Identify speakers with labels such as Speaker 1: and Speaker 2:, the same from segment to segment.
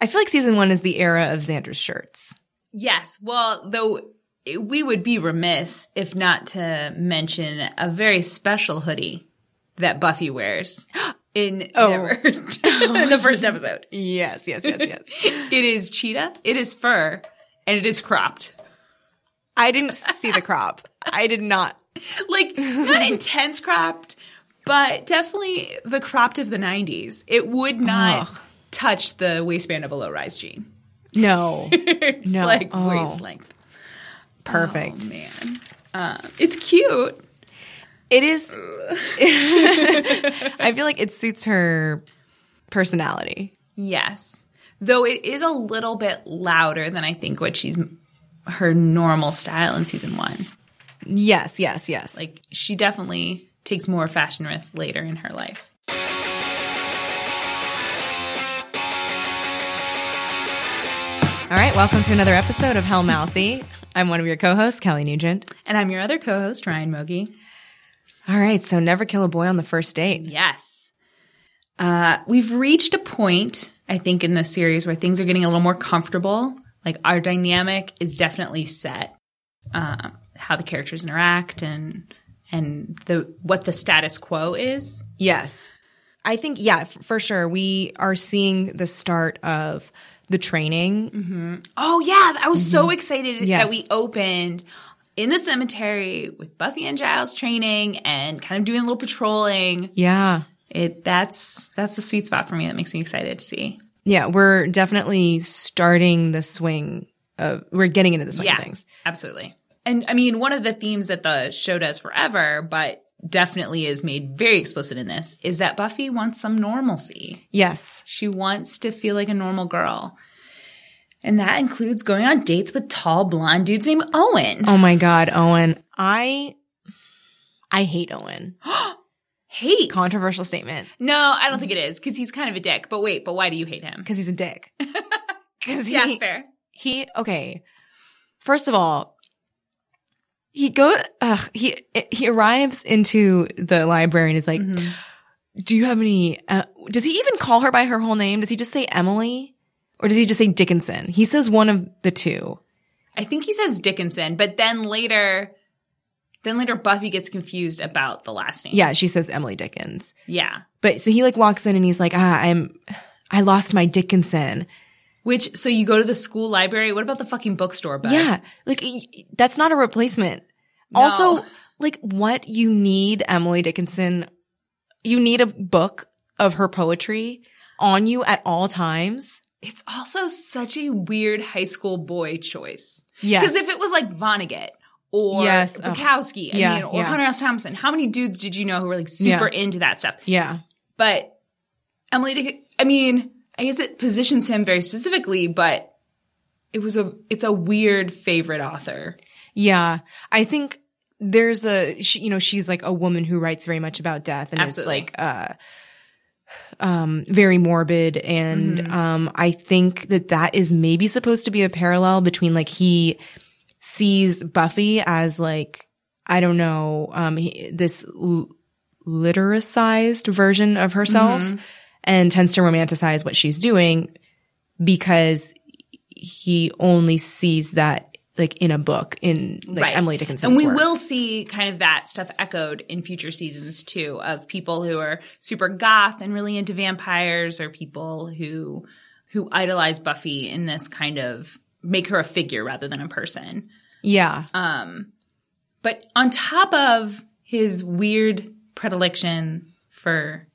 Speaker 1: I feel like season one is the era of Xander's shirts.
Speaker 2: Yes. Well, though we would be remiss if not to mention a very special hoodie that Buffy wears in
Speaker 1: Oh.
Speaker 2: Never- in the first episode.
Speaker 1: Yes, yes, yes, yes.
Speaker 2: It is cheetah, it is fur, and it is cropped.
Speaker 1: I didn't see the crop. I did not.
Speaker 2: Like not intense cropped, but definitely the cropped of the 90s. It would not touch the waistband of a low-rise jean.
Speaker 1: No.
Speaker 2: It's
Speaker 1: No.
Speaker 2: like
Speaker 1: Oh.
Speaker 2: waist length.
Speaker 1: Perfect.
Speaker 2: Man. Uh, it's cute.
Speaker 1: It is. I feel like it suits her personality.
Speaker 2: Yes. Though it is a little bit louder than I think what she's her normal style in season 1.
Speaker 1: Yes, yes, yes.
Speaker 2: Like she definitely takes more fashion risks later in her life.
Speaker 1: All right, welcome to another episode of Hellmouthy. I'm one of your co-hosts, Kelly Nugent.
Speaker 2: And I'm your other co-host Ryan Mogi.
Speaker 1: All right, so never kill a boy on the first date.
Speaker 2: Yes. Uh, we've reached a point, I think, in this series where things are getting a little more comfortable. Like our dynamic is definitely set, um, how the characters interact and and the what the status quo is.
Speaker 1: Yes. I think yeah, f- for sure we are seeing the start of the training.
Speaker 2: Oh yeah, I was so excited
Speaker 1: Mm-hmm. Yes.
Speaker 2: that we opened in the cemetery with Buffy and Giles training and kind of doing a little patrolling.
Speaker 1: Yeah.
Speaker 2: It that's that's the sweet spot for me. That makes me excited to see.
Speaker 1: Yeah, we're definitely starting the swing of we're getting into the swing of things.
Speaker 2: Absolutely. And I mean, one of the themes that the show does forever, but definitely is made very explicit in this, is that Buffy wants some normalcy.
Speaker 1: Yes.
Speaker 2: She wants to feel like a normal girl. And that includes going on dates with tall blonde dudes named Owen.
Speaker 1: Oh my god, Owen. I I hate Owen.
Speaker 2: Hate.
Speaker 1: Controversial statement
Speaker 2: no, I don't think it is because he's kind of a dick. But wait, but why do you hate him?
Speaker 1: because he's a dick. Cuz he
Speaker 2: Yeah, fair.
Speaker 1: he okay first of all he go ugh, he he arrives into the library and is like
Speaker 2: Mm-hmm.
Speaker 1: do you have any uh, does he even call her by her whole name does he just say emily or does he just say dickinson he says one of the two
Speaker 2: I think he says Dickinson, but then later, then later Buffy gets confused about the last name.
Speaker 1: yeah she says emily dickens
Speaker 2: Yeah.
Speaker 1: but so he like walks in and he's like ah i'm i lost my dickinson
Speaker 2: Which so you go to the school library. What about the fucking bookstore? Bud?
Speaker 1: Yeah, like y- that's not a replacement. Also, like what you need Emily Dickinson, you need a book of her poetry on you at all times.
Speaker 2: it's also such a weird high school boy choice.
Speaker 1: Yes,
Speaker 2: Because if it was like Vonnegut or
Speaker 1: Yes. Oh.
Speaker 2: Bukowski, I
Speaker 1: Yeah,
Speaker 2: mean, or
Speaker 1: yeah.
Speaker 2: Hunter S. Thompson, how many dudes did you know who were like super into that stuff?
Speaker 1: yeah,
Speaker 2: But Emily, Dick- I mean, I guess it positions him very specifically, but it was a it's a weird favorite author.
Speaker 1: yeah, I think there's a she, you know she's like a woman who writes very much about death and
Speaker 2: Absolutely.
Speaker 1: it's like uh um very morbid and um I think that that is maybe supposed to be a parallel between like he sees Buffy as like I don't know um he, this l- litericized version of herself
Speaker 2: Mm-hmm.
Speaker 1: and tends to romanticize what she's doing because he only sees that like in a book in like
Speaker 2: Right.
Speaker 1: Emily Dickinson's
Speaker 2: And we
Speaker 1: work.
Speaker 2: will see kind of that stuff echoed in future seasons too of people who are super goth and really into vampires or people who who idolize Buffy in this kind of make her a figure rather than a person.
Speaker 1: yeah
Speaker 2: Uh, Um, But on top of his weird predilection for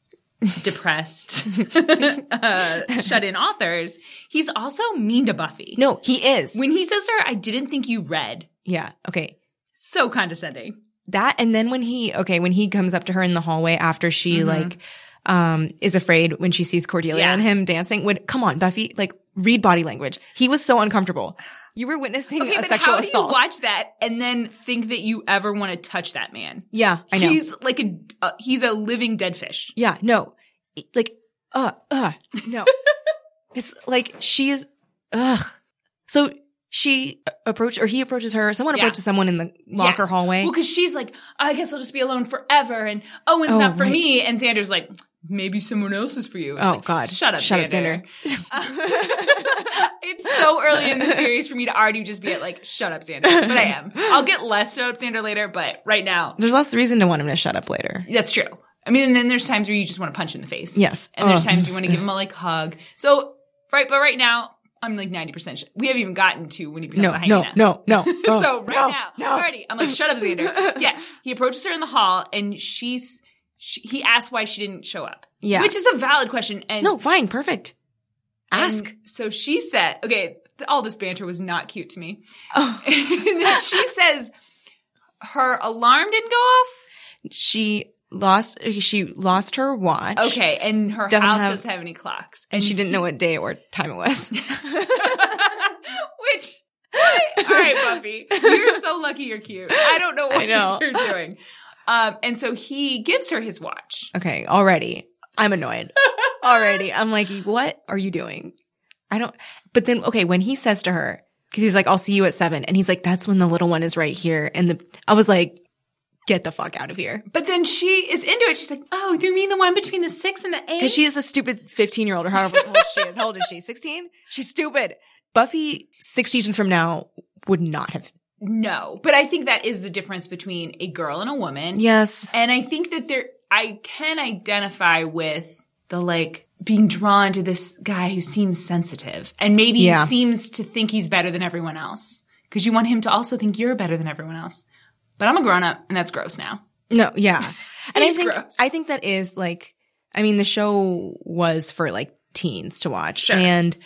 Speaker 2: depressed uh, shut-in authors, he's also mean to Buffy.
Speaker 1: no he is
Speaker 2: When he says to her, "I didn't think you read."
Speaker 1: yeah okay
Speaker 2: So condescending.
Speaker 1: that and then when he okay when he comes up to her in the hallway after she like um is afraid when she sees cordelia
Speaker 2: Mm-hmm. Yeah.
Speaker 1: and him dancing would come on buffy like read body language he was so uncomfortable you were witnessing
Speaker 2: Okay,
Speaker 1: a
Speaker 2: but
Speaker 1: sexual
Speaker 2: how
Speaker 1: assault
Speaker 2: do you watch that and then think that you ever want to touch that man?
Speaker 1: yeah i know
Speaker 2: He's like a uh, he's a living dead fish.
Speaker 1: yeah no It- like uh uh no it's like she is ugh so she approach or he approaches her someone
Speaker 2: Yeah.
Speaker 1: approaches someone in the locker
Speaker 2: Yes.
Speaker 1: hallway
Speaker 2: Well, because she's like, I guess I'll just be alone forever, and Owen's
Speaker 1: Oh,
Speaker 2: not for
Speaker 1: right.
Speaker 2: me, and Xander's like, maybe someone else is for you. It's
Speaker 1: Oh,
Speaker 2: like,
Speaker 1: God.
Speaker 2: Shut up,
Speaker 1: Shut up,
Speaker 2: Xander.
Speaker 1: Xander.
Speaker 2: it's so early in the series for me to already just be at like, shut up, Xander. But I am. I'll get less shut up, Xander later, but right now,
Speaker 1: There's less reason to want him to shut up later.
Speaker 2: that's true. I mean, and then there's times where you just want to punch him in the face.
Speaker 1: Yes. Oh.
Speaker 2: And there's
Speaker 1: Ugh.
Speaker 2: times you want to give him a like hug. So, right, but right now, I'm like 90% sh- We haven't even gotten to when he becomes
Speaker 1: No,
Speaker 2: a hyena.
Speaker 1: no, no, no. no,
Speaker 2: so right
Speaker 1: no,
Speaker 2: now,
Speaker 1: no.
Speaker 2: already, I'm like, shut up, Xander. yes, he approaches her in the hall, and she's she, he asks why she didn't show up.
Speaker 1: Yeah.
Speaker 2: which is a valid question. And
Speaker 1: No, fine, perfect.
Speaker 2: and
Speaker 1: Ask.
Speaker 2: so she said, okay, th- all this banter was not cute to me.
Speaker 1: oh.
Speaker 2: And then she says her alarm didn't go off.
Speaker 1: She lost she lost her watch.
Speaker 2: Okay, and her
Speaker 1: Doesn't
Speaker 2: house
Speaker 1: have-
Speaker 2: doesn't have any clocks,
Speaker 1: And she didn't know what day or time it was.
Speaker 2: which. All right, Buffy, you're so lucky you're cute. I don't know what
Speaker 1: I know.
Speaker 2: you're doing. Um, and so he gives her his watch.
Speaker 1: okay, already. I'm annoyed. already. I'm like, what are you doing? I don't but then okay, when he says to her, because he's like, I'll see you at seven, and he's like, That's when the little one is right here. And the I was like, get the fuck out of here.
Speaker 2: But then she is into it. She's like, "Oh, you mean the one between the six and the eight?
Speaker 1: Because she is a stupid 15 year old or however old she is. How old is she? 16? She's stupid. Buffy, six seasons from now, would not have.
Speaker 2: no, but I think that is the difference between a girl and a woman.
Speaker 1: Yes.
Speaker 2: and I think that there, I can identify with the like being drawn to this guy who seems sensitive and maybe
Speaker 1: Yeah.
Speaker 2: seems to think he's better than everyone else because you want him to also think you're better than everyone else. But I'm a grown up, and that's gross now.
Speaker 1: No, yeah. And I
Speaker 2: It's
Speaker 1: think
Speaker 2: gross.
Speaker 1: I think that is like I mean the show was for like teens to watch.
Speaker 2: Sure.
Speaker 1: And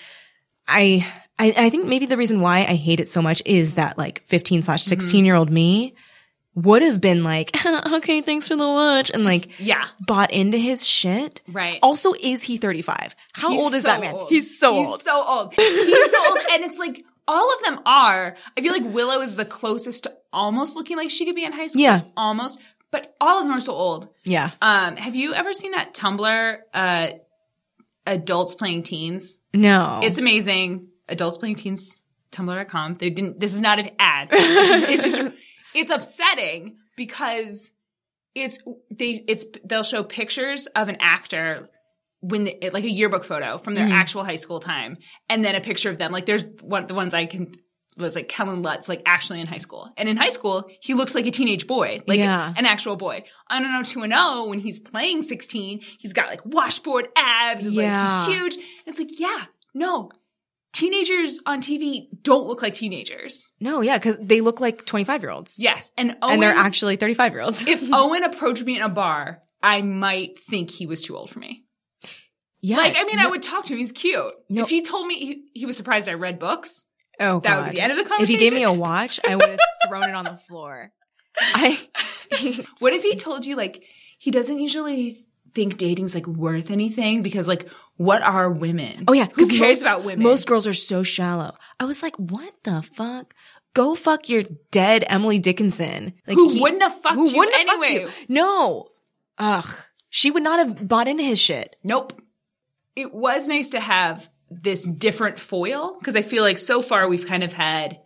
Speaker 1: I, I I think maybe the reason why I hate it so much is that like 15 slash
Speaker 2: Mm-hmm.
Speaker 1: 16 year old me would have been like, okay, thanks for the watch and like
Speaker 2: Yeah,
Speaker 1: bought into his shit.
Speaker 2: right.
Speaker 1: Also, is he 35? How
Speaker 2: He's
Speaker 1: old is
Speaker 2: so
Speaker 1: that man?
Speaker 2: old.
Speaker 1: He's so old.
Speaker 2: He's so old. He's so old. And it's like all of them are. I feel like Willow is the closest to almost looking like she could be in high school.
Speaker 1: Yeah.
Speaker 2: Almost. But all of them are so old.
Speaker 1: yeah.
Speaker 2: Um, have you ever seen that Tumblr uh adults playing teens?
Speaker 1: No.
Speaker 2: It's amazing. Adults playing teens tumblr.com. They didn't this is not an ad. It's, it's just it's upsetting because it's they it's they'll show pictures of an actor when the, it- like a yearbook photo from their actual high school time and then a picture of them like there's one the ones I can was like Kellen Lutz like actually in high school and in high school he looks like a teenage boy like
Speaker 1: Yeah.
Speaker 2: an actual boy I don't know two and oh when he's playing 16 he's got like washboard abs and
Speaker 1: Yeah.
Speaker 2: like he's huge And it's like yeah no teenagers on TV don't look like teenagers
Speaker 1: no, yeah, because they look like 25 year olds.
Speaker 2: yes and Owen,
Speaker 1: And they're actually 35 year olds.
Speaker 2: if Owen approached me in a bar, I might think he was too old for me.
Speaker 1: yeah.
Speaker 2: Like, I mean, I would talk to him. He's cute.
Speaker 1: No.
Speaker 2: If he told me he, he was surprised I read books,
Speaker 1: Oh,
Speaker 2: that
Speaker 1: God.
Speaker 2: would be the end of the
Speaker 1: If
Speaker 2: conversation.
Speaker 1: he gave me a watch, I would have thrown it on the floor. I
Speaker 2: what if he told you like he doesn't usually think dating's like worth anything because like what are women?
Speaker 1: oh yeah,
Speaker 2: who
Speaker 1: 'cause
Speaker 2: cares
Speaker 1: most-
Speaker 2: about women?
Speaker 1: Most girls are so shallow. I was like, what the fuck? Go fuck your dead Emily Dickinson. Like
Speaker 2: who
Speaker 1: he-
Speaker 2: wouldn't have fucked
Speaker 1: who
Speaker 2: you
Speaker 1: wouldn't have fucked
Speaker 2: anyway?
Speaker 1: you? No, ugh, she would not have bought into his shit.
Speaker 2: Nope. It was nice to have this different foil because I feel like so far we've kind of had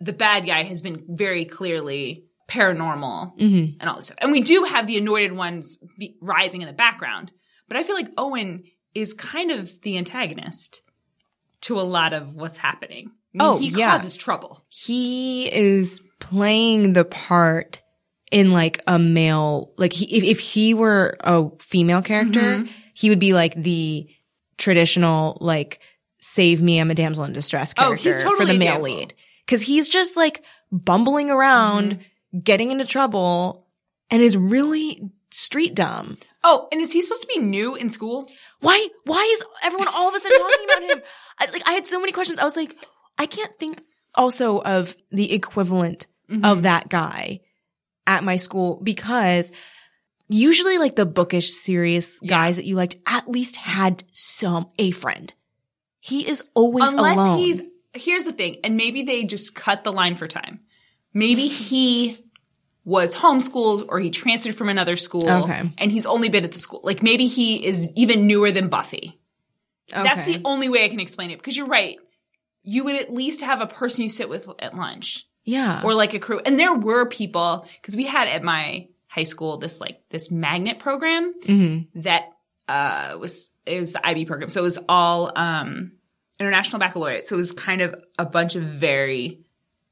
Speaker 2: the bad guy has been very clearly paranormal
Speaker 1: Mm-hmm.
Speaker 2: and all this stuff. And we do have the anointed ones be- rising in the background. But I feel like Owen is kind of the antagonist to a lot of what's happening. I mean,
Speaker 1: Oh,
Speaker 2: he
Speaker 1: yeah.
Speaker 2: causes trouble.
Speaker 1: he is playing the part in like a male like he, if, if he were a female character
Speaker 2: Mm-hmm.
Speaker 1: he would be like the traditional like save me i'm a damsel in distress
Speaker 2: Oh,
Speaker 1: character
Speaker 2: he's totally
Speaker 1: for the
Speaker 2: a
Speaker 1: male
Speaker 2: damsel.
Speaker 1: lead because he's just like bumbling around
Speaker 2: Mm-hmm.
Speaker 1: getting into trouble and is really street dumb
Speaker 2: Oh, and is he supposed to be new in school?
Speaker 1: why why is everyone all of a sudden talking about him I, like i had so many questions i was like i can't think also of the equivalent of that guy at my school because usually like the bookish serious guys that you liked at least had some a friend he is always
Speaker 2: unless
Speaker 1: alone.
Speaker 2: he's here's the thing and maybe they just cut the line for time maybe he was homeschooled or he transferred from another school
Speaker 1: Okay.
Speaker 2: and he's only been at the school like maybe he is even newer than buffy that's the only way i can explain it because you're right you would at least have a person you sit with at lunch
Speaker 1: yeah
Speaker 2: or like a crew. And there were Mm-hmm. people because we had at my high school this like this magnet program that uh, was it was the IB program, so it was all um, international baccalaureate. So it was kind of a bunch of very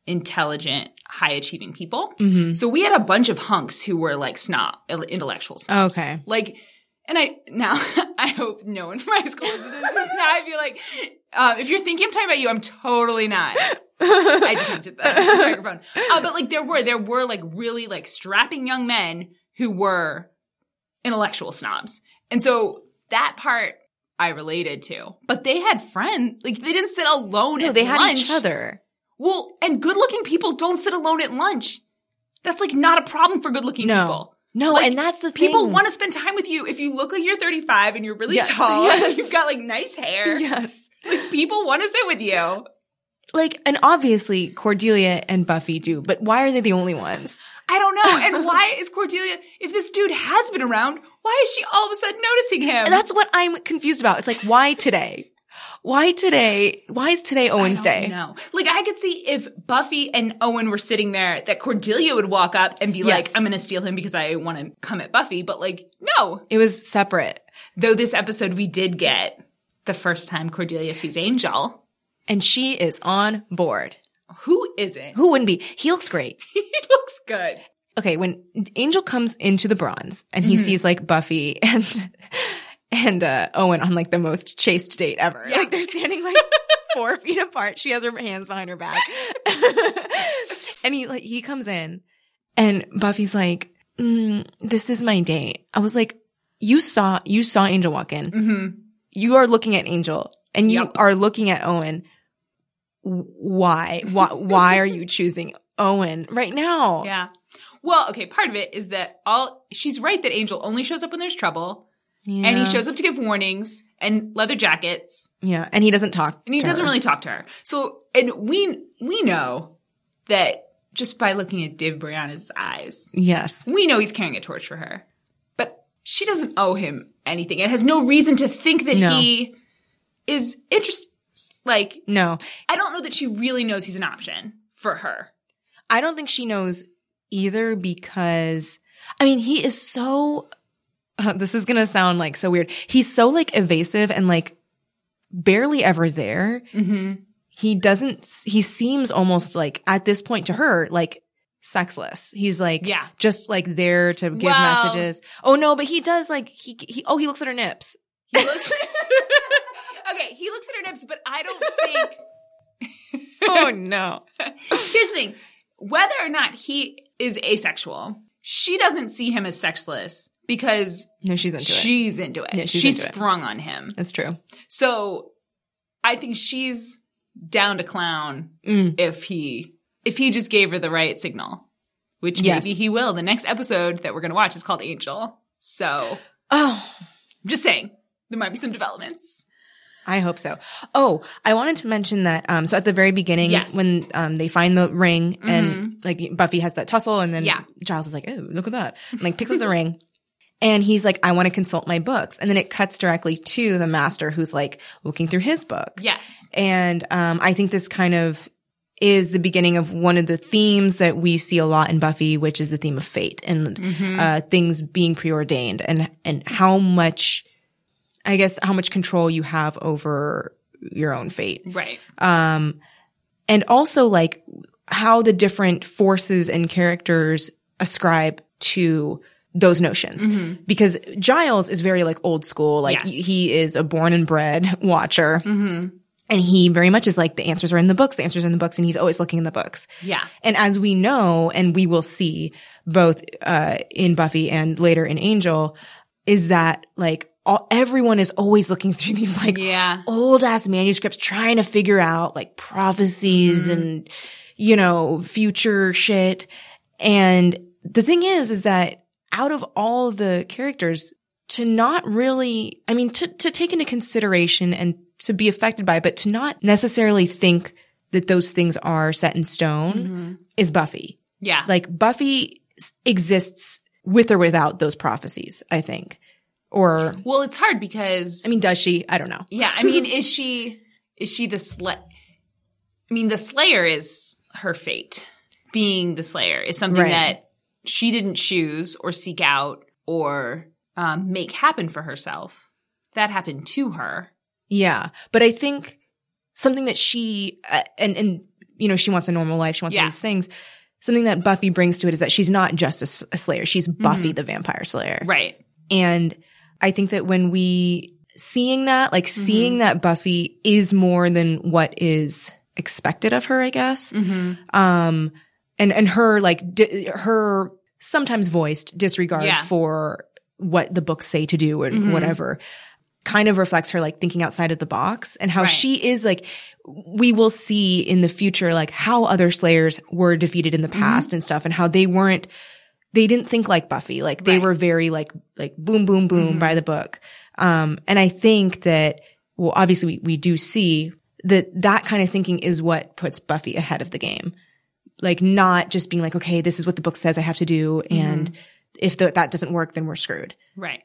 Speaker 2: intelligent, high achieving people.
Speaker 1: Mhm.
Speaker 2: So we had a bunch of hunks who were like snob intellectuals.
Speaker 1: Okay.
Speaker 2: Like, and I now I hope no one from my school listens to this. Now I feel like um, if you're thinking I'm talking about you, I'm totally not. I just looked at the microphone. Uh, but like there were there were like really like strapping young men who were intellectual snobs, and so that part I related to. But they had friends like they didn't sit alone.
Speaker 1: No,
Speaker 2: at
Speaker 1: they had
Speaker 2: lunch.
Speaker 1: each other.
Speaker 2: Well, and good looking people don't sit alone at lunch. That's like not a problem for good looking
Speaker 1: No.
Speaker 2: people.
Speaker 1: No,
Speaker 2: Like,
Speaker 1: and that's the
Speaker 2: People
Speaker 1: thing.
Speaker 2: want to spend time with you if you look like you're 35 and you're really
Speaker 1: Yes.
Speaker 2: tall and
Speaker 1: Yes.
Speaker 2: you've got like nice hair.
Speaker 1: Yes.
Speaker 2: Like people want to sit with you.
Speaker 1: Like, and obviously Cordelia and Buffy do, but why are they the only ones?
Speaker 2: I don't know. And why is Cordelia, if this dude has been around, why is she all of a sudden noticing him?
Speaker 1: And that's what I'm confused about. It's like, why today? Why today? Why is today Owen's day?
Speaker 2: No. Like I could see if Buffy and Owen were sitting there that Cordelia would walk up and be
Speaker 1: Yes.
Speaker 2: like, I'm going to steal him because I want to come at Buffy. But like, no,
Speaker 1: It was separate.
Speaker 2: Though this episode we did get the first time Cordelia sees Angel.
Speaker 1: And she is on board.
Speaker 2: Who isn't?
Speaker 1: Who wouldn't be? He looks great.
Speaker 2: he looks good.
Speaker 1: Okay, when Angel comes into the bronze and he sees like Buffy and and uh, Owen on like the most chaste date ever.
Speaker 2: Yeah.
Speaker 1: Like they're standing like four feet apart. She has her hands behind her back. and he like he comes in and Buffy's like, mm, this is my date. I was like, you saw you saw Angel walk in.
Speaker 2: Mm-hmm.
Speaker 1: you are looking at Angel and you
Speaker 2: Yep.
Speaker 1: are looking at Owen. W- Why? Why? Why are you choosing Owen right now?
Speaker 2: Yeah. Well, okay, part of it is that all she's right that Angel only shows up when there's trouble and he
Speaker 1: Yeah.
Speaker 2: shows up to give warnings and leather jackets
Speaker 1: Yeah, and he doesn't talk.
Speaker 2: and he
Speaker 1: to
Speaker 2: doesn't
Speaker 1: her.
Speaker 2: really talk to her. So and we we know that just by looking at Div Brianna's eyes,
Speaker 1: Yes.
Speaker 2: we know he's carrying a torch for her. But she doesn't owe him anything and has no reason to think that
Speaker 1: No.
Speaker 2: he is interested like
Speaker 1: No,
Speaker 2: I don't know that she really knows he's an option for her.
Speaker 1: I don't think she knows either because I mean he is so. this is gonna sound like so weird. He's so like evasive and like barely ever there.
Speaker 2: Mm-hmm.
Speaker 1: he doesn't he seems almost like at this point to her like sexless he's like
Speaker 2: Yeah.
Speaker 1: just like there to give
Speaker 2: Well-
Speaker 1: messages oh no but he does like he, he oh he looks at her nips
Speaker 2: He looks okay. He looks at her nips, but I don't think.
Speaker 1: oh no
Speaker 2: Here's the thing: whether or not he is asexual, she doesn't see him as sexless because
Speaker 1: no she's into it
Speaker 2: she's into it.
Speaker 1: Yeah, she's
Speaker 2: she
Speaker 1: into it.
Speaker 2: sprung on him,
Speaker 1: that's true
Speaker 2: so I think she's down to clown
Speaker 1: Mm.
Speaker 2: if he if he just gave her the right signal, which
Speaker 1: Yes.
Speaker 2: maybe he will. The next episode that we're gonna watch is called Angel, so.
Speaker 1: oh
Speaker 2: I'm just saying, there might be some developments.
Speaker 1: i hope so oh i wanted to mention that um so at the very beginning
Speaker 2: Yes. Mm-hmm.
Speaker 1: when um they find the ring and like buffy has that tussle and then
Speaker 2: Yeah.
Speaker 1: giles is like oh look at that and like picks up the ring and he's like i want to consult my books and then it cuts directly to the master who's like looking through his book
Speaker 2: Yes.
Speaker 1: And um, I think this kind of is the beginning of one of the themes that we see a lot in Buffy, which is the theme of fate and uh, things being preordained and and how much, I guess, how much control you have over your own fate
Speaker 2: Right.
Speaker 1: and also like how the different forces and characters ascribe to those notions because Giles is very like old school like
Speaker 2: Yes.
Speaker 1: he is a born and bred watcher and he very much is like the answers are in the books the answers are in the books and he's always looking in the books
Speaker 2: Yeah.
Speaker 1: and as we know and we will see both uh in Buffy and later in Angel is that like all, everyone is always looking through these like
Speaker 2: Yeah.
Speaker 1: old ass manuscripts trying to figure out like prophecies and, you know, future shit. And the thing is, is that out of all the characters, to not really, I mean, to, to take into consideration and to be affected by, but to not necessarily think that those things are set in stone
Speaker 2: Mm-hmm.
Speaker 1: is Buffy.
Speaker 2: Yeah.
Speaker 1: Like Buffy s- exists with or without those prophecies, I think. Or,
Speaker 2: well, it's hard because
Speaker 1: I mean, does she? I don't know.
Speaker 2: yeah, I mean, is she is she the slay? I mean, the slayer is her fate. Being the slayer is something
Speaker 1: Right.
Speaker 2: that she didn't choose or seek out or um, make happen for herself. that happened to her.
Speaker 1: Yeah. But I think something that she, uh, and, and, you know, she wants a normal life. She wants
Speaker 2: Yeah.
Speaker 1: all these things. Something that Buffy brings to it is that she's not just a s- a, slayer. She's Buffy the vampire slayer.
Speaker 2: Mm-hmm. Right.
Speaker 1: And I think that when we seeing that, like
Speaker 2: Mm-hmm.
Speaker 1: seeing that Buffy is more than what is expected of her, I guess.
Speaker 2: Mm-hmm.
Speaker 1: Um, and, and her like, di- her sometimes voiced disregard
Speaker 2: Yeah.
Speaker 1: for what the books say to do and
Speaker 2: Mhm.
Speaker 1: whatever kind of reflects her like thinking outside of the box and how
Speaker 2: Right.
Speaker 1: she is like, we will see in the future, like how other slayers were defeated in the
Speaker 2: Mm-hmm.
Speaker 1: past and stuff and how they weren't they didn't think like Buffy. Like they
Speaker 2: Right.
Speaker 1: were very like like boom boom boom
Speaker 2: Mhm.
Speaker 1: by the book. Um and I think that well obviously we, we do see that that kind of thinking is what puts Buffy ahead of the game. Like not just being like okay this is what the book says I have to do and if th- that doesn't work then we're screwed.
Speaker 2: Right.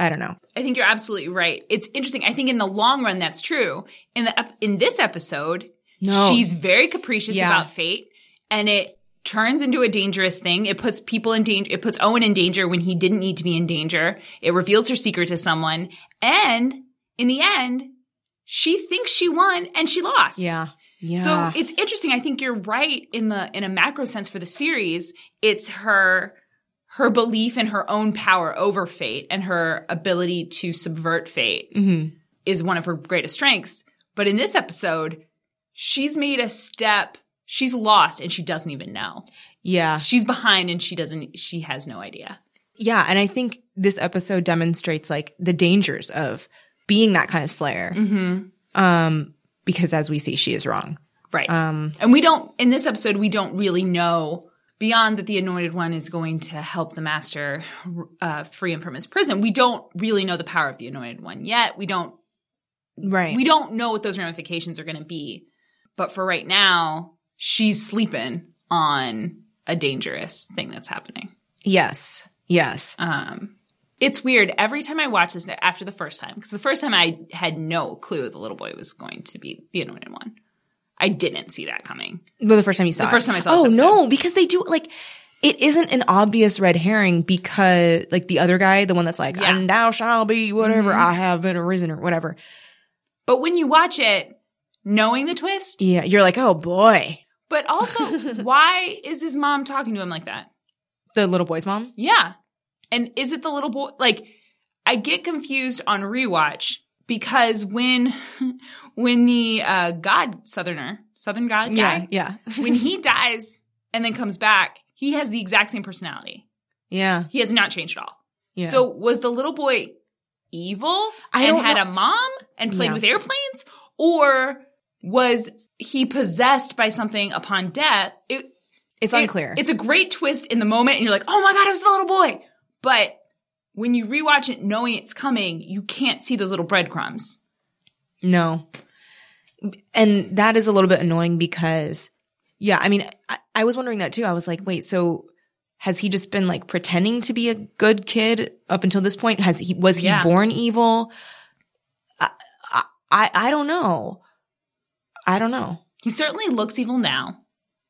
Speaker 1: I don't know.
Speaker 2: I think you're absolutely right. It's interesting. I think in the long run, that's true. In the ep- in this episode,
Speaker 1: No.
Speaker 2: she's very capricious
Speaker 1: Yeah.
Speaker 2: about fate, and it turns into a dangerous thing. It puts people in danger. It puts Owen in danger when he didn't need to be in danger. It reveals her secret to someone, and in the end, she thinks she won and she lost.
Speaker 1: yeah. Yeah.
Speaker 2: So it's interesting. I think you're right in the in a macro sense for the series. It's her her belief in her own power over fate and her ability to subvert fate
Speaker 1: Mhm.
Speaker 2: is one of her greatest strengths. But in this episode, she's made a step. She's lost and she doesn't even know.
Speaker 1: Yeah.
Speaker 2: She's behind and she doesn't she has no idea.
Speaker 1: Yeah, and I think this episode demonstrates like the dangers of being that kind of slayer.
Speaker 2: Mhm.
Speaker 1: Um because as we see she is wrong.
Speaker 2: Right.
Speaker 1: Um
Speaker 2: and we don't in this episode we don't really know beyond that the anointed one is going to help the master uh, free him from his prison. We don't really know the power of the anointed one yet. We don't
Speaker 1: right.
Speaker 2: we don't know what those ramifications are going to be. But for right now, she's sleeping on a dangerous thing that's happening.
Speaker 1: Yes. Yes.
Speaker 2: Um, it's weird. Every time I watch this after the first time, because the first time I had no clue the little boy was going to be the anointed one. I didn't see that coming.
Speaker 1: Well, the first time you saw
Speaker 2: The
Speaker 1: it.
Speaker 2: first time I saw
Speaker 1: Oh
Speaker 2: this
Speaker 1: no, because they do like it isn't an obvious red herring because like the other guy, the one that's like,
Speaker 2: Yeah. Mm-hmm.
Speaker 1: and thou shall be whatever I have been arisen or whatever.
Speaker 2: But when you watch it, knowing the twist,
Speaker 1: Yeah, you're like, oh boy,
Speaker 2: but also, why is his mom talking to him like that?
Speaker 1: the little boy's mom.
Speaker 2: Yeah. And is it the little boy? Like, I get confused on rewatch because when, when the, uh, God Southerner, Southern God
Speaker 1: Yeah,
Speaker 2: guy,
Speaker 1: yeah,
Speaker 2: when he dies and then comes back, he has the exact same personality.
Speaker 1: yeah.
Speaker 2: He has not changed at all.
Speaker 1: yeah.
Speaker 2: So was the little boy evil
Speaker 1: I
Speaker 2: and
Speaker 1: don't
Speaker 2: had
Speaker 1: know-
Speaker 2: a mom and played
Speaker 1: Yeah.
Speaker 2: with airplanes? Or was he possessed by something upon death? It,
Speaker 1: it's
Speaker 2: it-
Speaker 1: unclear.
Speaker 2: It's a great twist in the moment, and you're like, oh my God, it was the little boy. But when you rewatch it knowing it's coming, you can't see those little breadcrumbs.
Speaker 1: No. And that is a little bit annoying because, yeah, I mean, I, I was wondering that too. I was like, wait, so has he just been like pretending to be a good kid up until this point? Has he, was he
Speaker 2: Yeah.
Speaker 1: born evil? I, I, I don't know. I don't know.
Speaker 2: He certainly looks evil now.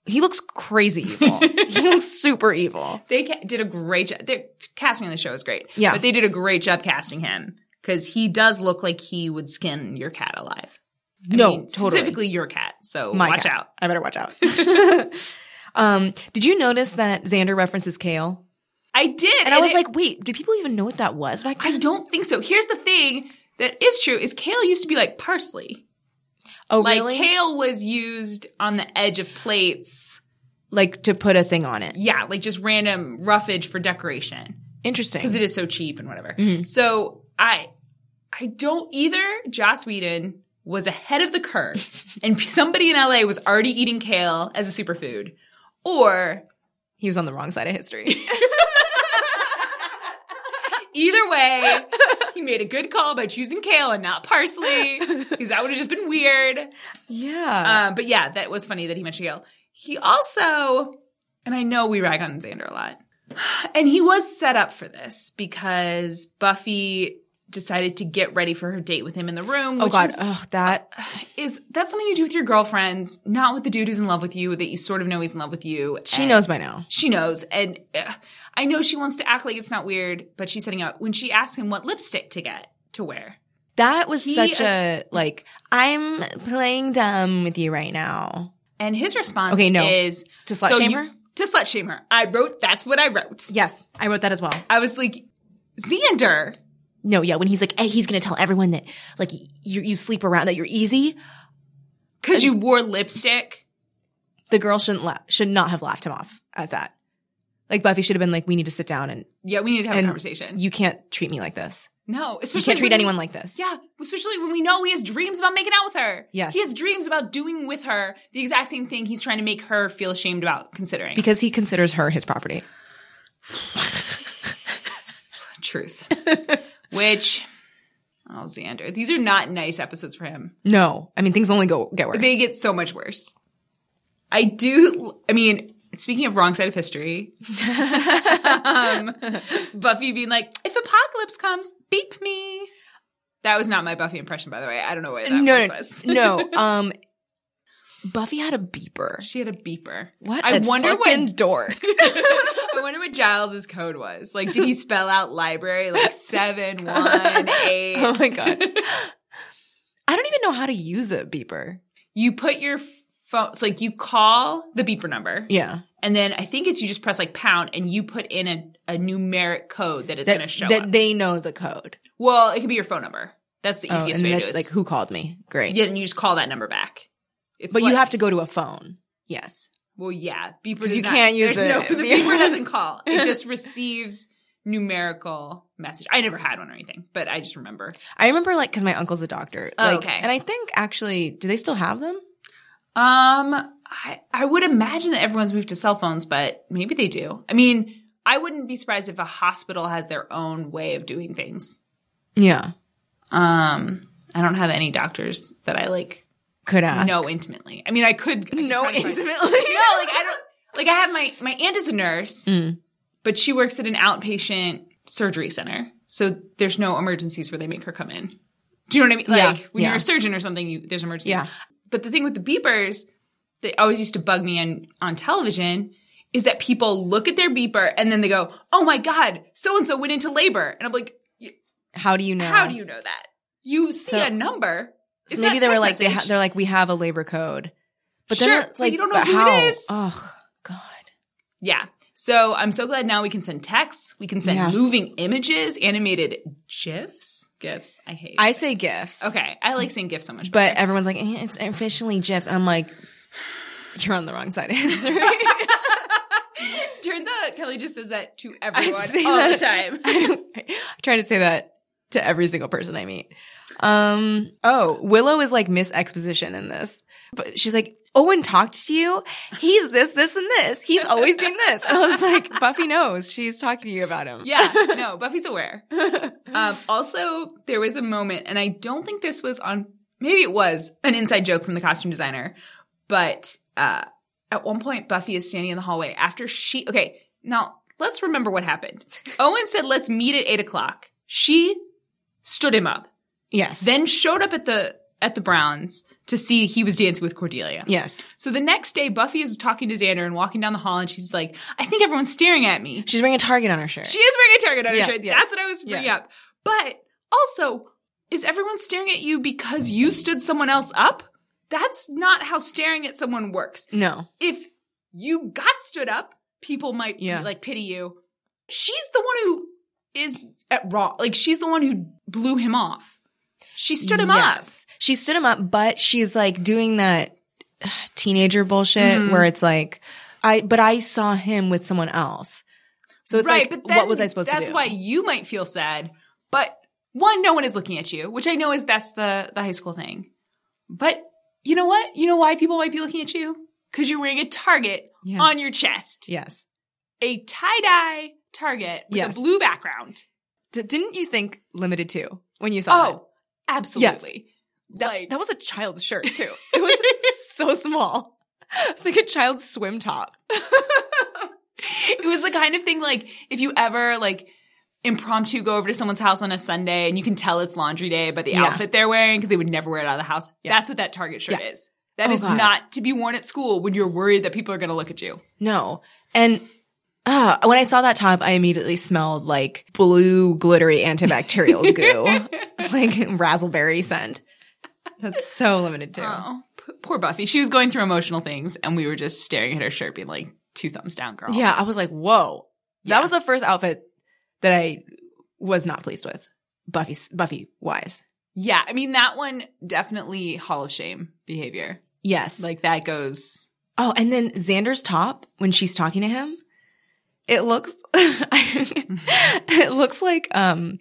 Speaker 1: He looks crazy evil. he looks super evil.
Speaker 2: They ca- did a great job. Their casting on the show is great.
Speaker 1: Yeah.
Speaker 2: But they did a great job casting him because he does look like he would skin your cat alive. I
Speaker 1: no,
Speaker 2: mean,
Speaker 1: totally.
Speaker 2: Specifically your cat. So
Speaker 1: My
Speaker 2: watch
Speaker 1: cat.
Speaker 2: out.
Speaker 1: I better watch out. um, did you notice that Xander references kale?
Speaker 2: I did.
Speaker 1: And I was
Speaker 2: it-
Speaker 1: like, wait, did people even know what that was back then?
Speaker 2: I don't think so. Here's the thing that is true is kale used to be like parsley.
Speaker 1: Oh,
Speaker 2: Like
Speaker 1: really?
Speaker 2: kale was used on the edge of plates.
Speaker 1: like to put a thing on it.
Speaker 2: yeah, like just random roughage for decoration
Speaker 1: Interesting.
Speaker 2: because it is so cheap and whatever.
Speaker 1: Mm-hmm.
Speaker 2: So I, I don't either. Joss Whedon was ahead of the curve, and somebody in LA was already eating kale as a superfood, or
Speaker 1: he was on the wrong side of history.
Speaker 2: either way, he made a good call by choosing kale and not parsley because that would have just been weird.
Speaker 1: yeah.
Speaker 2: Um, but yeah, that was funny that he mentioned Yale. He also, and I know we rag on Xander a lot, and he was set up for this because Buffy decided to get ready for her date with him in the room.
Speaker 1: oh
Speaker 2: which
Speaker 1: god.
Speaker 2: is,
Speaker 1: Ugh, that.
Speaker 2: is that's something you do with your girlfriends, not with the dude who's in love with you that you sort of know he's in love with you.
Speaker 1: She
Speaker 2: and-
Speaker 1: knows by now.
Speaker 2: She knows, and uh, I know she wants to act like it's not weird, but she's setting up when she asks him what lipstick to get to wear.
Speaker 1: That was
Speaker 2: He-
Speaker 1: such a like I'm playing dumb with you right now.
Speaker 2: And his response
Speaker 1: Okay, no.
Speaker 2: is
Speaker 1: To slut
Speaker 2: "So
Speaker 1: shame
Speaker 2: you-
Speaker 1: her?"
Speaker 2: To slut shame her. I wrote, that's what I wrote.
Speaker 1: Yes, I wrote that as well.
Speaker 2: I was like, Xander,
Speaker 1: No, yeah, when he's like, hey, he's gonna tell everyone that like you you sleep around that you're easy.
Speaker 2: because you wore lipstick.
Speaker 1: The girl shouldn't la- should not have laughed him off at that. Like Buffy should have been like, we need to sit down and
Speaker 2: Yeah, we need to have
Speaker 1: And
Speaker 2: a conversation.
Speaker 1: you can't treat me like this.
Speaker 2: no,
Speaker 1: You
Speaker 2: especially
Speaker 1: can't treat
Speaker 2: when we-
Speaker 1: anyone like this.
Speaker 2: Yeah, especially when we know he has dreams about making out with her.
Speaker 1: Yes.
Speaker 2: He has dreams about doing with her the exact same thing he's trying to make her feel ashamed about considering.
Speaker 1: Because he considers her his property.
Speaker 2: Truth. Which, oh, Xander, these are not nice episodes for him.
Speaker 1: No. I mean things only go get worse.
Speaker 2: They get so much worse. I do, I mean, speaking of wrong side of history, um, Buffy being like, if apocalypse comes, beep me. That was not my Buffy impression, by the way. I don't know where that
Speaker 1: no,
Speaker 2: voice was.
Speaker 1: no. Um Buffy had a beeper.
Speaker 2: She had a beeper.
Speaker 1: What
Speaker 2: I
Speaker 1: a
Speaker 2: wonder
Speaker 1: fucking
Speaker 2: what
Speaker 1: dork.
Speaker 2: I wonder what Giles's code was. Like, did he spell out library like seven one eight?
Speaker 1: Oh my God. I don't even know how to use a beeper.
Speaker 2: You put your phone. So like you call the beeper number,
Speaker 1: Yeah.
Speaker 2: and then I think it's you just press like pound, and you put in a, a numeric code that is going to
Speaker 1: That,
Speaker 2: show
Speaker 1: that
Speaker 2: up.
Speaker 1: they know the code.
Speaker 2: well, it could be your phone number. That's the
Speaker 1: Oh,
Speaker 2: easiest
Speaker 1: and
Speaker 2: way to
Speaker 1: that's
Speaker 2: do it.
Speaker 1: like who called me. Great.
Speaker 2: yeah, and you just call that number back. It's
Speaker 1: but you
Speaker 2: like-
Speaker 1: have to go to a phone. Yes.
Speaker 2: Well, yeah, beeper.
Speaker 1: 'Cause
Speaker 2: does
Speaker 1: you
Speaker 2: not-
Speaker 1: can't use
Speaker 2: there's
Speaker 1: it.
Speaker 2: No, the beeper doesn't call. It just receives numerical message. I never had one or anything, but I just remember.
Speaker 1: I remember like because my uncle's a doctor.
Speaker 2: Oh,
Speaker 1: like,
Speaker 2: okay.
Speaker 1: And I think actually, do they still have them?
Speaker 2: Um, I I would imagine that everyone's moved to cell phones, but maybe they do. I mean, I wouldn't be surprised if a hospital has their own way of doing things.
Speaker 1: Yeah.
Speaker 2: Um, I don't have any doctors that I like
Speaker 1: Could ask.
Speaker 2: know intimately. I mean, I could I could
Speaker 1: No
Speaker 2: try to find-
Speaker 1: intimately.
Speaker 2: No, like I don't. Like I have my my aunt is a nurse,
Speaker 1: Mm.
Speaker 2: but she works at an outpatient surgery center, so there's no emergencies where they make her come in. Do you know what I mean?
Speaker 1: Yeah,
Speaker 2: Like when
Speaker 1: yeah.
Speaker 2: you're a surgeon or something, you there's emergencies.
Speaker 1: Yeah.
Speaker 2: But the thing with the beepers that always used to bug me on on television is that people look at their beeper and then they go, "Oh my god, so and so went into labor," and I'm like, y-
Speaker 1: How do you know?
Speaker 2: "How do you know that? You see
Speaker 1: So-
Speaker 2: a number."
Speaker 1: So
Speaker 2: It's
Speaker 1: maybe
Speaker 2: not
Speaker 1: they were
Speaker 2: text
Speaker 1: like they ha-
Speaker 2: message.
Speaker 1: they're like we have a labor code, but
Speaker 2: Sure,
Speaker 1: then it's
Speaker 2: but
Speaker 1: like
Speaker 2: you don't know
Speaker 1: but
Speaker 2: who it
Speaker 1: how?
Speaker 2: is.
Speaker 1: Oh God.
Speaker 2: Yeah. So I'm so glad now we can send texts, we can send
Speaker 1: Yeah.
Speaker 2: moving images, animated gifs, gifs. I hate.
Speaker 1: I say gifts.
Speaker 2: okay, I like saying gifs so much.
Speaker 1: But
Speaker 2: better.
Speaker 1: everyone's like, eh, it's officially GIFs. And I'm like, you're on the wrong side of history.
Speaker 2: turns out Kelly just says that to everyone all
Speaker 1: say that.
Speaker 2: the time.
Speaker 1: I try to say that to every single person I meet. Um, oh, Willow is like Miss Exposition in this. But she's like, Owen talked to you. He's this, this, and this. He's always doing this. And I was like, Buffy knows. She's talking to you about him.
Speaker 2: Yeah, no, Buffy's aware. Um, also, there was a moment, and I don't think this was on, maybe it was an inside joke from the costume designer, but uh, at one point, Buffy is standing in the hallway after she, okay, now let's remember what happened. Owen said, let's meet at eight o'clock. She stood him up,
Speaker 1: Yes.
Speaker 2: then showed up at the at the Browns to see he was dancing with Cordelia.
Speaker 1: yes.
Speaker 2: So the next day, Buffy is talking to Xander and walking down the hall, and she's like, I think everyone's staring at me.
Speaker 1: She's wearing a target on her shirt.
Speaker 2: She is wearing a target on her
Speaker 1: Yeah,
Speaker 2: shirt.
Speaker 1: yes.
Speaker 2: That's what I was bringing
Speaker 1: Yes.
Speaker 2: up. But also, is everyone staring at you because you stood someone else up? That's not how staring at someone works.
Speaker 1: no.
Speaker 2: If you got stood up, people might
Speaker 1: Yeah.
Speaker 2: be, like pity you. She's the one who is at wrong. Like she's the one who blew him off. She stood him
Speaker 1: Yes. She stood him up, but she's like doing that ugh, teenager bullshit
Speaker 2: Mhm.
Speaker 1: where it's like, I, but I saw him with someone else. So
Speaker 2: up.
Speaker 1: it's like,
Speaker 2: Right, but then
Speaker 1: what was I supposed
Speaker 2: that's
Speaker 1: to do?
Speaker 2: why you might feel sad. But one, no one is looking at you, which I know is that's the the high school thing. But you know what? You know why people might be looking at you? Because you're wearing a target
Speaker 1: Yes.
Speaker 2: on your chest,
Speaker 1: yes.
Speaker 2: a tie dye target with
Speaker 1: Yes.
Speaker 2: a blue background.
Speaker 1: D- didn't you think limited to when you saw
Speaker 2: Oh, absolutely.
Speaker 1: that? That,
Speaker 2: like
Speaker 1: that was a child's shirt too. It was so small. It's like a child's swim top.
Speaker 2: it was the kind of thing like if you ever like impromptu go over to someone's house on a Sunday and you can tell it's laundry day by the
Speaker 1: Yeah.
Speaker 2: outfit they're wearing because they would never wear it out of the house.
Speaker 1: Yeah.
Speaker 2: That's what that Target shirt
Speaker 1: Yeah.
Speaker 2: is. That
Speaker 1: Oh,
Speaker 2: is
Speaker 1: God.
Speaker 2: not to be worn at school when you're worried that people are going to look at you.
Speaker 1: No. And Ah, when I saw that top, I immediately smelled like blue glittery antibacterial goo, like razzleberry scent. That's so limited too.
Speaker 2: Oh, p- poor Buffy. She was going through emotional things, and we were just staring at her shirt, being like, two thumbs down, girl.
Speaker 1: Yeah, I was like, whoa.
Speaker 2: Yeah.
Speaker 1: That was the first outfit that I was not pleased with. Buffy, Buffy wise.
Speaker 2: Yeah. I mean, that one definitely Hall of Shame behavior.
Speaker 1: Yes.
Speaker 2: Like, that goes.
Speaker 1: Oh, and then Xander's top when she's talking to him, it looks it looks like um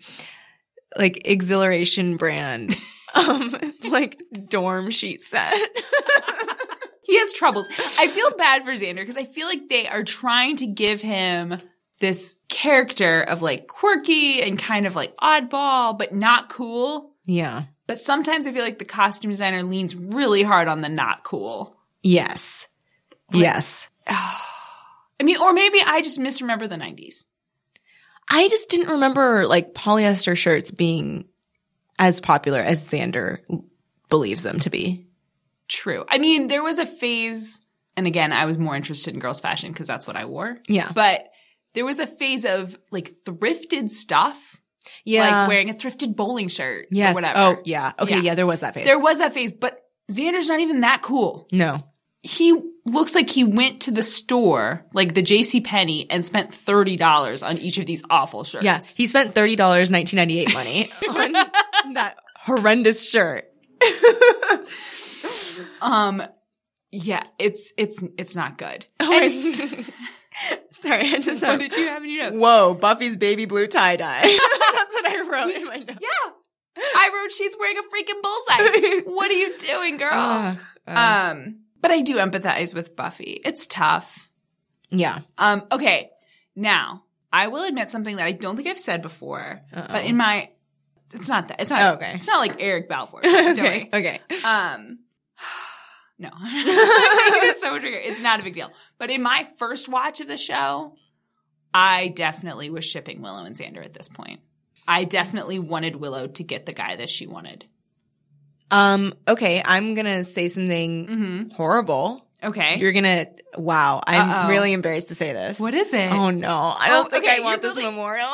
Speaker 1: like exhilaration brand um like dorm sheet set.
Speaker 2: He has troubles. I feel bad for Xander because I feel like they are trying to give him this character of like quirky and kind of like oddball, but not cool.
Speaker 1: yeah.
Speaker 2: But sometimes I feel like the costume designer leans really hard on the not cool.
Speaker 1: Yes. Yes.
Speaker 2: I mean, or maybe I just misremember the 90s.
Speaker 1: I just didn't remember like polyester shirts being as popular as Xander believes them to be.
Speaker 2: True. I mean, there was a phase, and again, I was more interested in girls' fashion because that's what I wore.
Speaker 1: Yeah.
Speaker 2: But there was a phase of like thrifted stuff,
Speaker 1: Yeah.
Speaker 2: like wearing a thrifted bowling shirt
Speaker 1: yes.
Speaker 2: or whatever.
Speaker 1: Oh, yeah. Okay,
Speaker 2: Yeah.
Speaker 1: yeah, there was that phase.
Speaker 2: There was that phase, but Xander's not even that cool.
Speaker 1: no.
Speaker 2: He looks like he went to the store, like the J.C. Penney, and spent $30 on each of these awful shirts.
Speaker 1: Yes, he spent thirty dollars, nineteen ninety eight money on that horrendous shirt.
Speaker 2: Um yeah, it's it's it's not good.
Speaker 1: And-
Speaker 2: And-
Speaker 1: Oh Sorry, I just
Speaker 2: what
Speaker 1: have,
Speaker 2: did you have in your notes?
Speaker 1: whoa Buffy's baby blue tie dye. That's what I wrote in my notes.
Speaker 2: Yeah. I wrote she's wearing a freaking bullseye. what are you doing, girl?
Speaker 1: Ugh, uh,
Speaker 2: um but I do empathize with Buffy. It's tough.
Speaker 1: yeah,
Speaker 2: Um okay. Now, I will admit something that I don't think I've said before, but in my it's not that. It's not
Speaker 1: Okay.
Speaker 2: It's not like Eric Balfour. Don't
Speaker 1: okay,
Speaker 2: worry.
Speaker 1: okay,
Speaker 2: Um no. I'm making this so much bigger. It's not a big deal. But in my first watch of the show, I definitely was shipping Willow and Xander at this point. I definitely wanted Willow to get the guy that she wanted.
Speaker 1: um, okay. I'm gonna say something
Speaker 2: Mm-hmm.
Speaker 1: horrible.
Speaker 2: Okay.
Speaker 1: You're gonna wow. I'm
Speaker 2: Uh-oh.
Speaker 1: really embarrassed to say this.
Speaker 2: what is it?
Speaker 1: Oh no, I
Speaker 2: Oh,
Speaker 1: don't think
Speaker 2: okay,
Speaker 1: I want
Speaker 2: you're
Speaker 1: this
Speaker 2: building-
Speaker 1: memorial.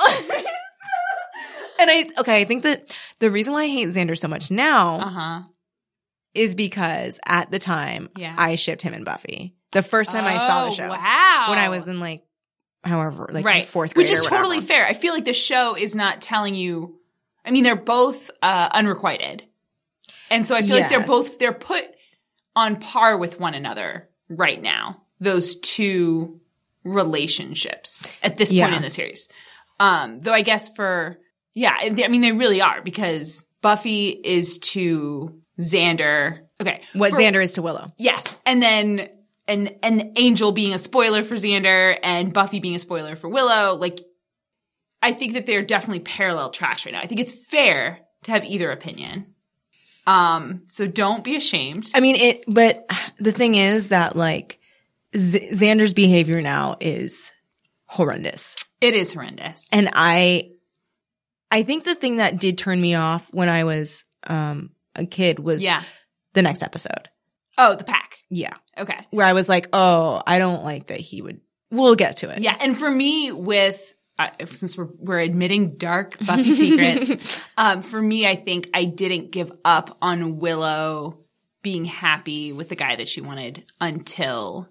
Speaker 1: and I okay, I think that the reason why I hate Xander so much now
Speaker 2: Uh huh.
Speaker 1: is because at the time
Speaker 2: Yeah.
Speaker 1: I shipped him and Buffy. The first time I saw the
Speaker 2: Oh,
Speaker 1: show
Speaker 2: Wow.
Speaker 1: when I was in like however like
Speaker 2: right.
Speaker 1: fourth grade
Speaker 2: Which is
Speaker 1: or whatever.
Speaker 2: totally fair. I feel like the show is not telling you. I mean, they're both uh, unrequited, and so I feel like they're
Speaker 1: Yes.
Speaker 2: both they're put on par with one another right now. Those two relationships at this point
Speaker 1: Yeah.
Speaker 2: in the series. Um, though I guess for yeah, I I mean they really are because Buffy is to Xander. Okay,
Speaker 1: what
Speaker 2: for-
Speaker 1: Xander is to Willow.
Speaker 2: Yes, and then and and Angel being a spoiler for Xander and Buffy being a spoiler for Willow, like I think that they're definitely parallel tracks right now. I think it's fair to have either opinion. Um, so don't be ashamed.
Speaker 1: I mean it but the thing is that like Z- Xander's behavior now is horrendous.
Speaker 2: It is horrendous.
Speaker 1: And I, I think the thing that did turn me off when I was um, a kid was
Speaker 2: Yeah.
Speaker 1: the next episode.
Speaker 2: Oh, the pack.
Speaker 1: Yeah.
Speaker 2: Okay.
Speaker 1: Where I was like, oh, I don't like that he would, we'll get to it.
Speaker 2: Yeah, and for me with uh, since we're we're admitting dark Buffy secrets, um, for me I think I didn't give up on Willow being happy with the guy that she wanted until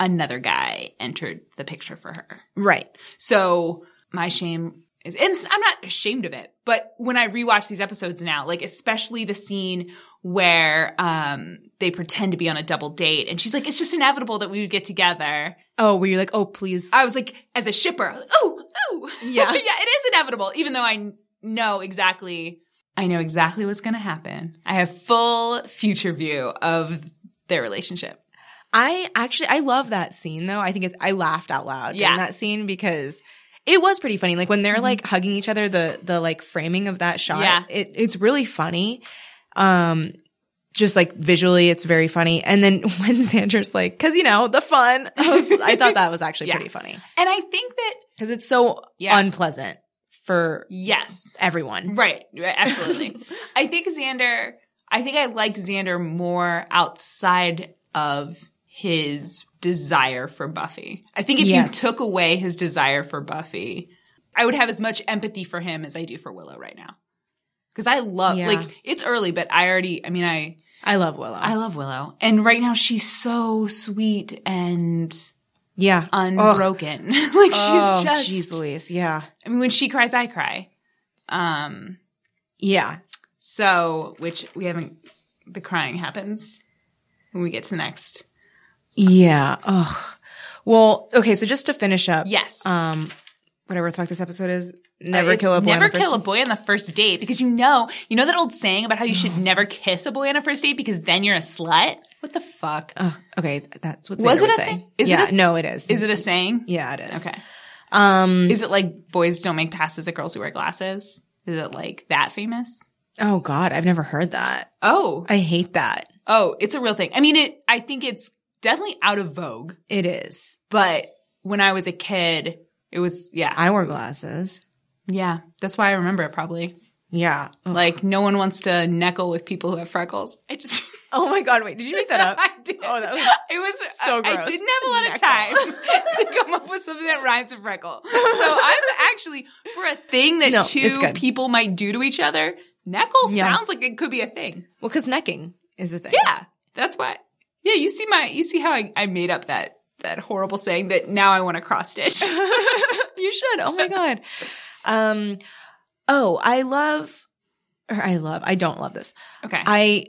Speaker 2: another guy entered the picture for her.
Speaker 1: Right.
Speaker 2: So my shame is, and I'm not ashamed of it, but when I rewatch these episodes now, like especially the scene where um, they pretend to be on a double date, and she's like, "It's just inevitable that we would get together."
Speaker 1: Oh, where you're like, oh, please.
Speaker 2: I was like, as a shipper, I was like, oh, oh,
Speaker 1: Yeah.
Speaker 2: yeah, it is inevitable. Even though I kn- know exactly, I know exactly what's going to happen. I have full future view of their relationship.
Speaker 1: I actually, I love that scene though. I think it's, I laughed out loud
Speaker 2: Yeah. Mm-hmm.
Speaker 1: during that scene because it was pretty funny. Like when they're like hugging each other, the, the like framing of that shot,
Speaker 2: Yeah.
Speaker 1: it, it's really funny. Um, just like visually, it's very funny. And then when Xander's like, cause you know, the fun, I, was, I thought that was actually
Speaker 2: Yeah.
Speaker 1: pretty funny
Speaker 2: And I think that
Speaker 1: because it's so
Speaker 2: Yeah.
Speaker 1: unpleasant for
Speaker 2: yes,
Speaker 1: everyone.
Speaker 2: right, right, absolutely. I think Xander. I think I like Xander more outside of his desire for Buffy. I think if
Speaker 1: Yes.
Speaker 2: you took away his desire for Buffy, I would have as much empathy for him as I do for Willow right now. Cuz I love
Speaker 1: Yeah.
Speaker 2: like it's early but I already I mean I
Speaker 1: I love Willow.
Speaker 2: I love Willow. And right now she's so sweet and
Speaker 1: yeah. Ugh.
Speaker 2: unbroken. like
Speaker 1: Oh,
Speaker 2: she's just
Speaker 1: Jeez Louise. Yeah.
Speaker 2: I mean when she cries I cry. Um
Speaker 1: Yeah.
Speaker 2: so which we haven't the crying happens when we get to the next.
Speaker 1: Yeah. Ugh. Well, okay. So just to finish up.
Speaker 2: Yes. Uh,
Speaker 1: Um, whatever the fuck this episode is. Never
Speaker 2: It's
Speaker 1: kill a boy.
Speaker 2: Uh, Never kill a boy on the first date because you know, you know that old saying about how you should never kiss a boy on a first date because then you're a slut. What the fuck
Speaker 1: a. okay, that's what
Speaker 2: Was
Speaker 1: Xander
Speaker 2: it
Speaker 1: would
Speaker 2: a
Speaker 1: say.
Speaker 2: thing? Is it
Speaker 1: yeah.
Speaker 2: a-
Speaker 1: no, it is.
Speaker 2: is it a saying?
Speaker 1: Yeah, it is.
Speaker 2: Okay.
Speaker 1: Um.
Speaker 2: Is it like boys don't make passes at girls who wear glasses? Is it like that famous?
Speaker 1: oh God, I've never heard that.
Speaker 2: Oh,
Speaker 1: I hate that.
Speaker 2: oh, it's a real thing. I mean, it. I think it's definitely out of vogue,
Speaker 1: It is.
Speaker 2: but when I was a kid, it was yeah,
Speaker 1: I wore glasses.
Speaker 2: yeah. That's why I remember it probably.
Speaker 1: Yeah. Ugh.
Speaker 2: Like no one wants to neckle with people who have freckles. I just.
Speaker 1: oh my God. Wait, did you make that up?
Speaker 2: I did.
Speaker 1: Oh, that was
Speaker 2: it was
Speaker 1: so
Speaker 2: I- I,
Speaker 1: gross.
Speaker 2: didn't have a lot of
Speaker 1: Knuckle.
Speaker 2: time to come up with something that rhymes with freckle. So I'm actually for a thing that
Speaker 1: No, it's
Speaker 2: two
Speaker 1: good.
Speaker 2: people might do to each other. Neckle
Speaker 1: Yeah.
Speaker 2: sounds like it could be a thing.
Speaker 1: Well, because necking is a thing.
Speaker 2: Yeah, that's why. Yeah, you see my you see how I, I made up that that horrible saying that now I want to cross stitch.
Speaker 1: you should. Oh my god. Um. Oh, I love. Or I love. I don't love this.
Speaker 2: okay.
Speaker 1: I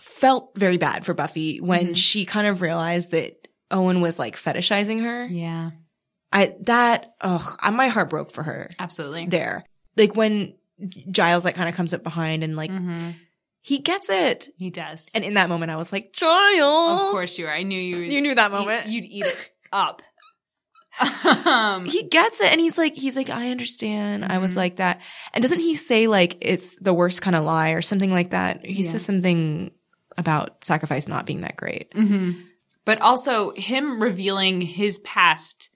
Speaker 1: felt very bad for Buffy when
Speaker 2: Mhm.
Speaker 1: she kind of realized that Owen was like fetishizing her.
Speaker 2: yeah,
Speaker 1: I that. Ugh. I- My heart broke for her
Speaker 2: absolutely.
Speaker 1: there. Like when Giles like kind of comes up behind and like
Speaker 2: Mhm.
Speaker 1: he gets it.
Speaker 2: He does.
Speaker 1: And in that moment, I was like, Giles.
Speaker 2: of course you are. I knew you. was-
Speaker 1: You knew that moment.
Speaker 2: You'd, you'd eat it up. um,
Speaker 1: he gets it and he's like he's like i understand i was
Speaker 2: Mhm.
Speaker 1: like that and doesn't he say like it's the worst kind of lie or something like that he
Speaker 2: Yeah.
Speaker 1: says something about sacrifice not being that great
Speaker 2: hmm But also him revealing his past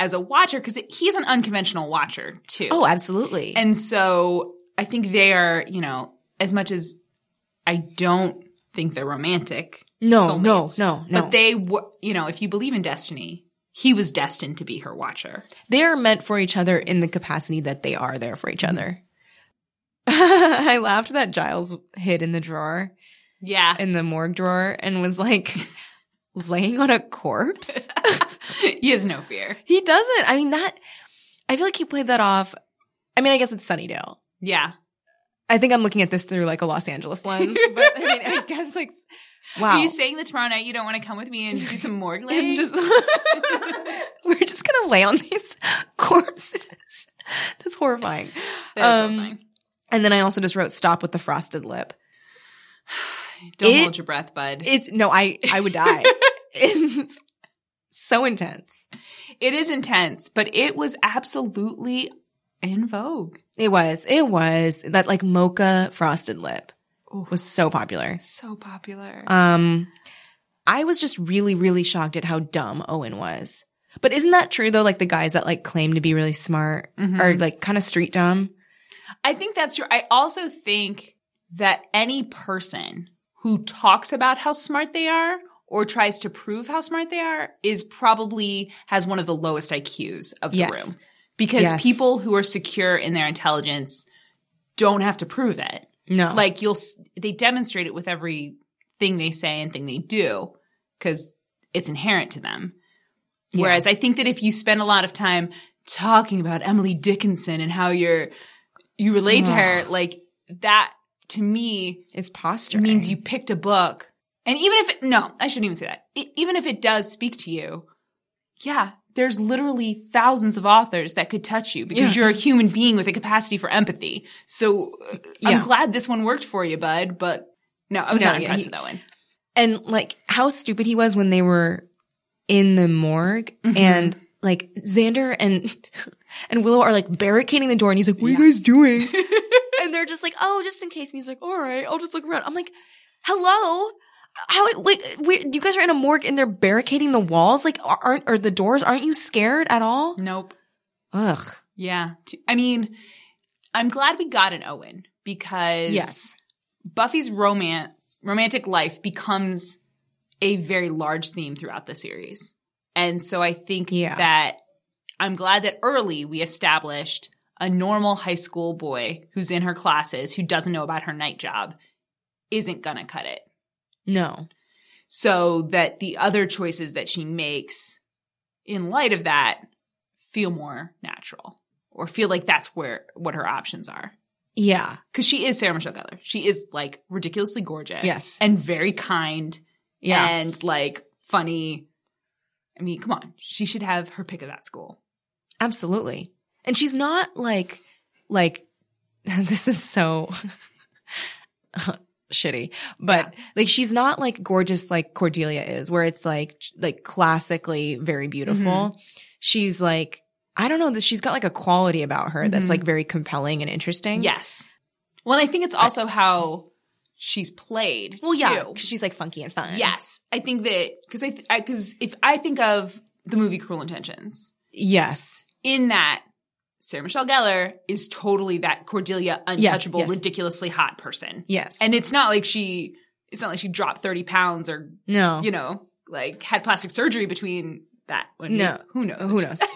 Speaker 2: as a watcher because he's an unconventional watcher too.
Speaker 1: oh absolutely
Speaker 2: and so I think they are, you know, as much as I don't think they're romantic,
Speaker 1: no no
Speaker 2: soulmates.
Speaker 1: no no
Speaker 2: but they, were, you know, if you believe in destiny, he was destined to be her watcher.
Speaker 1: they are meant for each other in the capacity that they are there for each other i laughed that giles hid in the drawer
Speaker 2: Yeah,
Speaker 1: in the morgue drawer and was like laying on a corpse
Speaker 2: he has no fear.
Speaker 1: He doesn't. I mean that. I feel like he played that off. I mean, I guess it's Sunnydale.
Speaker 2: Yeah,
Speaker 1: I think I'm looking at this through like a Los Angeles lens, but I mean, I guess like s- wow.
Speaker 2: are you saying that tomorrow night you don't want to come with me and do some morgue
Speaker 1: And
Speaker 2: laying?
Speaker 1: just we're just gonna lay on these corpses. That's horrifying.
Speaker 2: That is
Speaker 1: um,
Speaker 2: horrifying.
Speaker 1: And then I also just wrote "Stop with the frosted lip."
Speaker 2: Don't
Speaker 1: it-
Speaker 2: hold your breath, bud.
Speaker 1: It's no, I I would die. it's so intense.
Speaker 2: It is intense, but it was absolutely in vogue.
Speaker 1: It was. It was that like mocha frosted lip
Speaker 2: Ooh.
Speaker 1: was so popular.
Speaker 2: Oh, So popular.
Speaker 1: Um, I was just really, really shocked at how dumb Owen was. But isn't that true though? Like the guys that like claim to be really smart
Speaker 2: Mhm.
Speaker 1: are like kind of street dumb.
Speaker 2: I think that's true. I also think that any person who talks about how smart they are or tries to prove how smart they are is probably has one of the lowest IQs of the
Speaker 1: Yes.
Speaker 2: room. Because
Speaker 1: Yes.
Speaker 2: people who are secure in their intelligence don't have to prove it.
Speaker 1: No, like
Speaker 2: like you'll s- they demonstrate it with every thing they say and thing they do because it's inherent to them
Speaker 1: Yeah.
Speaker 2: whereas i think that if you spend a lot of time talking about emily dickinson and how you're you relate to her like that to me
Speaker 1: it's posture
Speaker 2: means you picked a book and even if it, no i shouldn't even say that E- even if it does speak to you yeah there's literally thousands of authors that could touch you because
Speaker 1: Yeah.
Speaker 2: you're a human being with a capacity for empathy so uh,
Speaker 1: Yeah.
Speaker 2: i'm glad this one worked for you bud but no i was
Speaker 1: No,
Speaker 2: not
Speaker 1: yeah,
Speaker 2: impressed
Speaker 1: he-
Speaker 2: with that one
Speaker 1: and like how stupid he was when they were in the morgue
Speaker 2: Mhm.
Speaker 1: and like Xander and and Willow are like barricading the door and he's like, "What are you guys doing?" and they're just like, "Oh, just in case." And he's like, "All right, I'll just look around." I'm like, "Hello." How like we, you guys are in a morgue and they're barricading the walls like aren't or the doors aren't you scared at all?
Speaker 2: nope
Speaker 1: Ugh.
Speaker 2: yeah T- i mean i'm glad we got an owen because
Speaker 1: Yes.
Speaker 2: buffy's romance romantic life becomes a very large theme throughout the series. And so I think
Speaker 1: Yeah.
Speaker 2: that I'm glad that early we established a normal high school boy who's in her classes who doesn't know about her night job isn't going to cut it.
Speaker 1: No.
Speaker 2: So that the other choices that she makes in light of that feel more natural or feel like that's where what her options are.
Speaker 1: Yeah.
Speaker 2: Cause she is Sarah Michelle Gellar. She is like ridiculously gorgeous.
Speaker 1: Yes.
Speaker 2: And very kind
Speaker 1: Yeah.
Speaker 2: and like funny. I mean, come on. She should have her pick of that school.
Speaker 1: Absolutely. And she's not like, like, this is so shitty, but like she's not like gorgeous like Cordelia is, where it's like, ch- like classically very beautiful. She's like, I don't know, that she's got like a quality about her that's
Speaker 2: Mhm.
Speaker 1: like very compelling and interesting.
Speaker 2: Yes. Well, and I think it's also how she's played.
Speaker 1: Well, yeah,
Speaker 2: too.
Speaker 1: 'cause she's like funky and fun.
Speaker 2: Yes. I think that, cause I, th- I, cause if I think of the movie Cruel Intentions,
Speaker 1: Yes.
Speaker 2: in that Sarah Michelle Gellar is totally that Cordelia untouchable,
Speaker 1: yes.
Speaker 2: ridiculously hot person.
Speaker 1: Yes.
Speaker 2: And it's not like she, it's not like she dropped 30 pounds or
Speaker 1: no.
Speaker 2: you know, like had plastic surgery between that one.
Speaker 1: No.
Speaker 2: Who knows?
Speaker 1: Who knows?